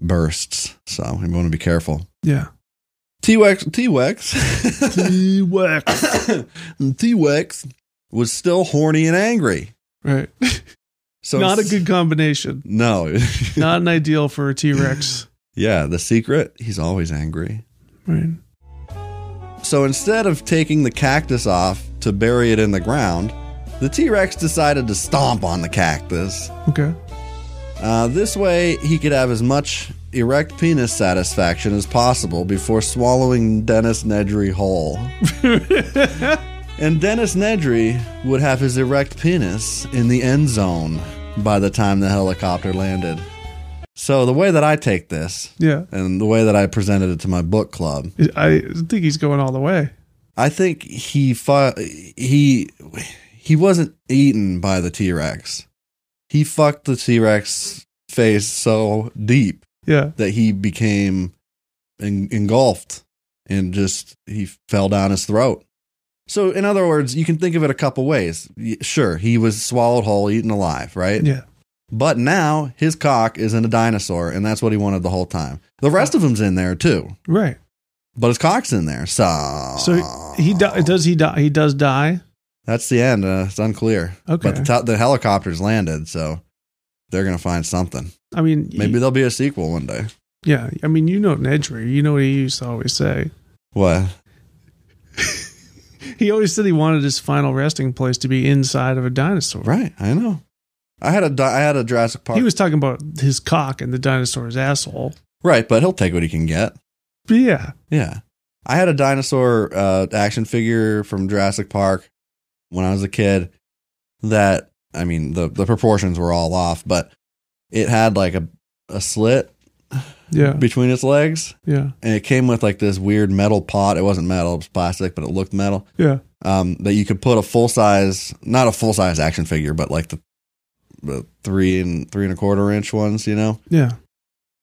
Speaker 1: bursts. So we want to be careful.
Speaker 2: [laughs] yeah.
Speaker 1: T-Wex, T-Wex, [laughs]
Speaker 2: T-Wex.
Speaker 1: T-Wex was still horny and angry.
Speaker 2: [coughs] Right.
Speaker 1: So
Speaker 2: Not a good [laughs] combination.
Speaker 1: No. [laughs]
Speaker 2: Not an ideal for a T-Rex.
Speaker 1: Yeah, the secret, he's always angry.
Speaker 2: [coughs] Right.
Speaker 1: So instead of taking the cactus off to bury it in the ground, the T Rex decided to stomp on the cactus.
Speaker 2: Okay.
Speaker 1: Uh, this way, he could have as much erect penis satisfaction as possible before swallowing Dennis Nedry whole. and Dennis Nedry would have his erect penis in the end zone by the time the helicopter landed. So, the way that I take this,
Speaker 2: Yeah.
Speaker 1: and the way that I presented it to my book club,
Speaker 2: I think he's going all the way.
Speaker 1: I think he fu- he he wasn't eaten by the T Rex. He fucked the T Rex face so deep
Speaker 2: Yeah.
Speaker 1: that he became en- engulfed and just he fell down his throat. So, in other words, you can think of it a couple ways. Y- Sure, he was swallowed whole, eaten alive, right?
Speaker 2: Yeah.
Speaker 1: But now his cock is in a dinosaur, and that's what he wanted the whole time. The rest of him's in there too,
Speaker 2: Right.
Speaker 1: but his cock's in there. So,
Speaker 2: So he di- does he die? He does die.
Speaker 1: That's the end. Uh, it's unclear.
Speaker 2: Okay.
Speaker 1: But the, top the helicopters landed, so they're going to find something.
Speaker 2: I mean,
Speaker 1: Maybe there'll be a sequel one day.
Speaker 2: yeah. I mean, you know Nedry. You know what he used to always say.
Speaker 1: What?
Speaker 2: He always said he wanted his final resting place to be inside of a dinosaur.
Speaker 1: Right. I know. I had a di- I had a Jurassic Park.
Speaker 2: He was talking about his cock and the dinosaur's asshole.
Speaker 1: right, but he'll take what he can get.
Speaker 2: But yeah,
Speaker 1: Yeah. I had a dinosaur uh, action figure from Jurassic Park when I was a kid that I mean the the proportions were all off, but it had like a a slit
Speaker 2: yeah,
Speaker 1: between its legs
Speaker 2: yeah,
Speaker 1: and it came with like this weird metal pot. It wasn't metal, it was plastic, but it looked metal.
Speaker 2: yeah.
Speaker 1: um, that you could put a full size, not a full size action figure, but like the, the three and three and a quarter inch ones, you know.
Speaker 2: Yeah.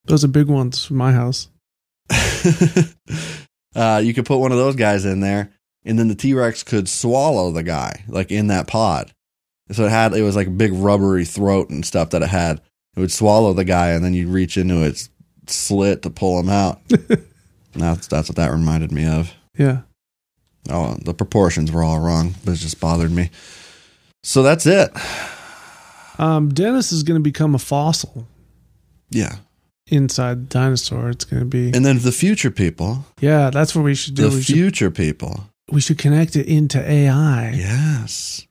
Speaker 2: Those are big ones from my house.
Speaker 1: [laughs] uh, you could put one of those guys in there, and then the T Rex could swallow the guy like in that pod. So it had it was like a big rubbery throat and stuff that it had. It would swallow the guy, and then you'd reach into its slit to pull him out. And that's that's what that reminded me of.
Speaker 2: Yeah.
Speaker 1: Oh, the proportions were all wrong, but it just bothered me. So that's it.
Speaker 2: Um, Dennis is going to become a fossil
Speaker 1: Yeah.
Speaker 2: inside the dinosaur. It's going to be.
Speaker 1: And then the future people,
Speaker 2: Yeah, that's what we should do.
Speaker 1: the
Speaker 2: We should
Speaker 1: future people,
Speaker 2: We should connect it into AI.
Speaker 1: Yes.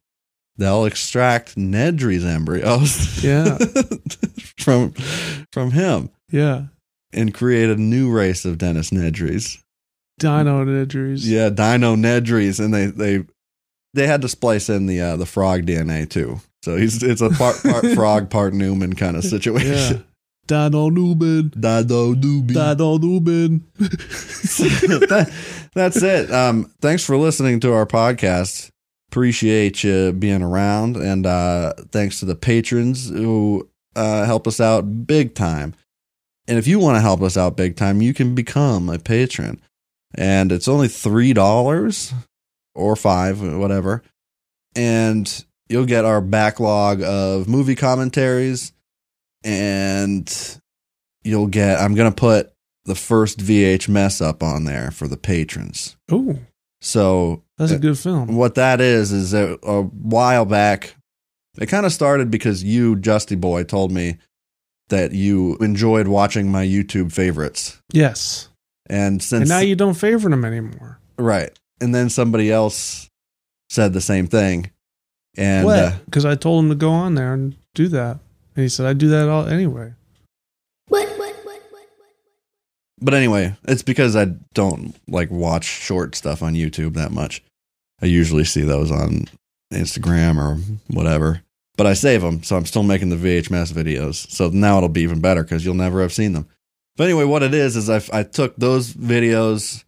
Speaker 1: They'll extract Nedry's embryos.
Speaker 2: Yeah.
Speaker 1: [laughs] from from him
Speaker 2: Yeah.
Speaker 1: and create a new race of Dennis Nedrys.
Speaker 2: Dino injuries.
Speaker 1: Yeah, Dino Nedrys, and they they they had to splice in the uh, the frog DNA too. So he's it's a part,
Speaker 2: [laughs]
Speaker 1: part frog, part Newman kind of [laughs]
Speaker 2: Yeah.
Speaker 1: situation.
Speaker 2: Dino Newman.
Speaker 1: Dino Newman.
Speaker 2: Dino Newman. [laughs]
Speaker 1: [laughs] That- that's it. Um, thanks for listening to our podcast. Appreciate you being around, and uh, thanks to the patrons who uh, help us out big time. And if you want to help us out big time, you can become a patron, and it's only three dollars or five, whatever, and you'll get our backlog of movie commentaries, and you'll get. I'm gonna put the first VH mess up on there for the patrons.
Speaker 2: Oh,
Speaker 1: So
Speaker 2: that's a good film.
Speaker 1: what that is is that a while back, it kind of started because you, Justy Boy, told me that you enjoyed watching my YouTube favorites,
Speaker 2: Yes.
Speaker 1: and since
Speaker 2: And now you don't favor them anymore.
Speaker 1: right, and then somebody else said the same thing, and
Speaker 2: what?
Speaker 1: uh,
Speaker 2: Because I told him to go on there and do that. And he said, I do that all anyway.
Speaker 3: What, what, what, what, what?
Speaker 1: but anyway, it's because I don't like watch short stuff on YouTube that much. I usually see those on Instagram or whatever. But I save them, so I'm still making the VHMS videos. So now it'll be even better because you'll never have seen them. But anyway, what it is is I, I took those videos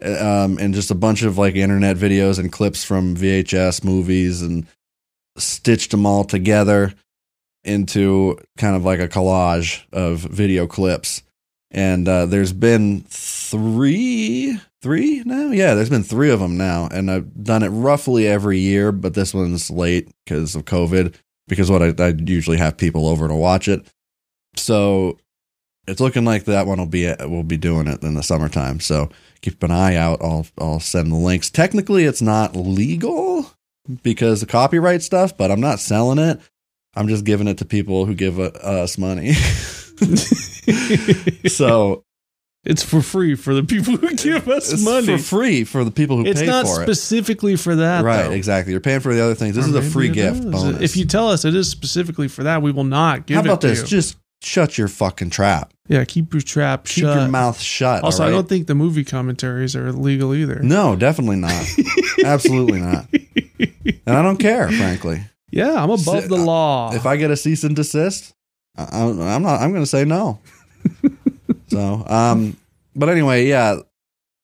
Speaker 1: uh, um, and just a bunch of like internet videos and clips from VHS movies and stitched them all together into kind of like a collage of video clips and uh, there's been three, three now. Yeah, there's been three of them now, and I've done it roughly every year, but this one's late because of COVID. Because what I, I usually have people over to watch it, so it's looking like that one will be will be doing it in the summertime. So keep an eye out. I'll I'll send the links. Technically, it's not legal because of copyright stuff, but I'm not selling it. I'm just giving it to people who give uh, us money. [laughs] so
Speaker 2: [laughs] it's for free for the people who give us
Speaker 1: It's
Speaker 2: money.
Speaker 1: for free for the people who
Speaker 2: it's
Speaker 1: pay
Speaker 2: not
Speaker 1: for
Speaker 2: specifically for
Speaker 1: it.
Speaker 2: that.
Speaker 1: Right,
Speaker 2: though.
Speaker 1: exactly. You're paying for the other things. This
Speaker 2: Or
Speaker 1: is a
Speaker 2: maybe
Speaker 1: free
Speaker 2: it
Speaker 1: gift
Speaker 2: is.
Speaker 1: bonus.
Speaker 2: If you tell us it is specifically for that, we will not give
Speaker 1: how
Speaker 2: it
Speaker 1: about
Speaker 2: to
Speaker 1: this?
Speaker 2: you.
Speaker 1: Just shut your fucking trap.
Speaker 2: yeah, keep your trap
Speaker 1: Keep
Speaker 2: shut.
Speaker 1: your mouth shut.
Speaker 2: also,
Speaker 1: all
Speaker 2: I
Speaker 1: right?
Speaker 2: don't think the movie commentaries are legal either.
Speaker 1: No, definitely not.
Speaker 2: [laughs]
Speaker 1: Absolutely not. And I don't care, frankly.
Speaker 2: Yeah, I'm above
Speaker 1: Si-
Speaker 2: the law.
Speaker 1: If I get a cease and desist, I, I'm I'm not. I'm going to say no. so, um, but anyway, yeah,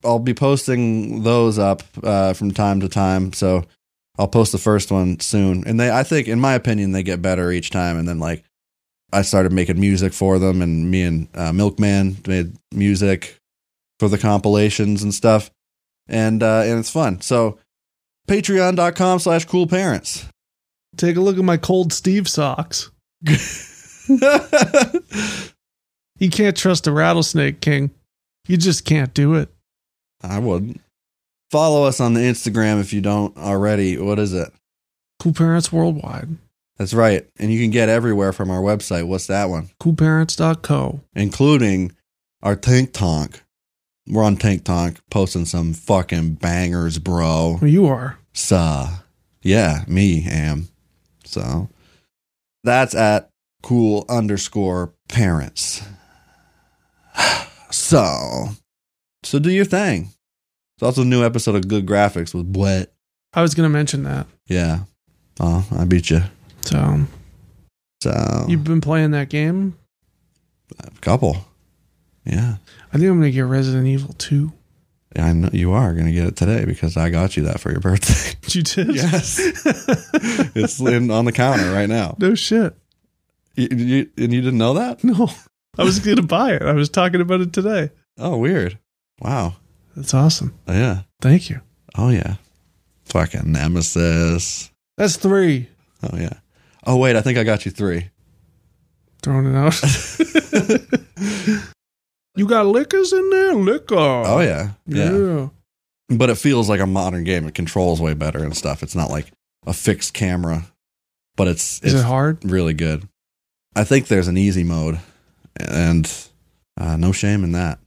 Speaker 1: I'll be posting those up uh, from time to time. So I'll post the first one soon, and they, I think, in my opinion, they get better each time. And then like, I started making music for them, and me and uh, Milkman made music for the compilations and stuff, and uh, and it's fun. So patreon.com slash cool parents
Speaker 2: Take a look at my cold Steve socks. You can't trust a rattlesnake king. You just can't do it.
Speaker 1: I wouldn't. Follow us on the Instagram if you don't already. What is it?
Speaker 2: Cool Parents Worldwide.
Speaker 1: That's right. And you can get everywhere from our website. What's that one?
Speaker 2: CoolParents.co.
Speaker 1: Including our Tank Tonk. We're on Tank Tonk posting some fucking bangers, bro.
Speaker 2: Well, you are.
Speaker 1: Suh. Yeah, me am. So that's at cool underscore parents. [sighs] So, so do your thing. It's also a new episode of Good Graphics with Bwet.
Speaker 2: I was going to mention that.
Speaker 1: Yeah. Oh, I beat you.
Speaker 2: So,
Speaker 1: So
Speaker 2: you've been playing that game?
Speaker 1: a couple. Yeah.
Speaker 2: I think I'm going to get Resident Evil 2.
Speaker 1: I know you are gonna get it today because I got you that for your birthday.
Speaker 2: [laughs]
Speaker 1: [laughs]
Speaker 2: You did?
Speaker 1: yes. it's in, on the counter right now.
Speaker 2: [laughs] No shit.
Speaker 1: You, you- and you didn't know that?
Speaker 2: No. I was going to buy it. I was talking about it today.
Speaker 1: Oh, weird. Wow. Oh,
Speaker 2: That's awesome.
Speaker 1: Yeah.
Speaker 2: Thank you.
Speaker 1: Oh yeah. Fucking nemesis.
Speaker 2: That's three.
Speaker 1: Oh yeah. Oh wait, I think I got you three.
Speaker 2: Throwing it out. [laughs] you got liquors in there? Liquor.
Speaker 1: Oh yeah. Yeah.
Speaker 2: Yeah.
Speaker 1: But it feels like a modern game. It controls way better and stuff. It's not like a fixed camera. But it's
Speaker 2: Is
Speaker 1: it's
Speaker 2: it hard?
Speaker 1: really good. I think there's an easy mode, and uh, no shame in that.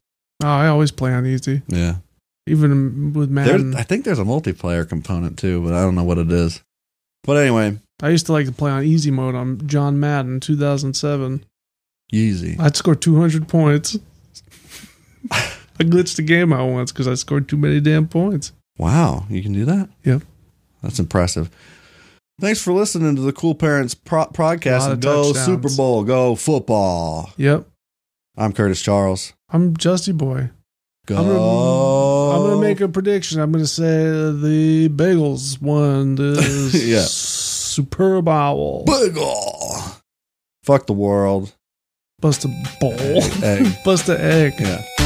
Speaker 2: Oh, I always play on easy.
Speaker 1: Yeah,
Speaker 2: Even with Madden,
Speaker 1: There, I think there's a multiplayer component too, but I don't know what it is. But anyway,
Speaker 2: I used to like to play on easy mode on John Madden 2007.
Speaker 1: Yeezy.
Speaker 2: I'd score
Speaker 1: [laughs]
Speaker 2: 200 points. I glitched the game out once because I scored too many damn points.
Speaker 1: Wow, you can do that?
Speaker 2: Yep.
Speaker 1: That's impressive. Thanks for listening to the Cool Parents pro- podcast.
Speaker 2: Lot of
Speaker 1: And go
Speaker 2: touchdowns.
Speaker 1: Super Bowl, go football.
Speaker 2: Yep.
Speaker 1: I'm Curtis Charles.
Speaker 2: I'm Justy Boy.
Speaker 1: Go.
Speaker 2: I'm gonna, I'm
Speaker 1: Oh.
Speaker 2: gonna make a prediction. I'm gonna say the Bagels
Speaker 1: [laughs]
Speaker 2: won the
Speaker 1: Yeah.
Speaker 2: Super Bowl.
Speaker 1: Boogle. Fuck the world.
Speaker 2: Bust a bowl.
Speaker 1: Egg.
Speaker 2: [laughs] Bust a egg.
Speaker 1: Yeah.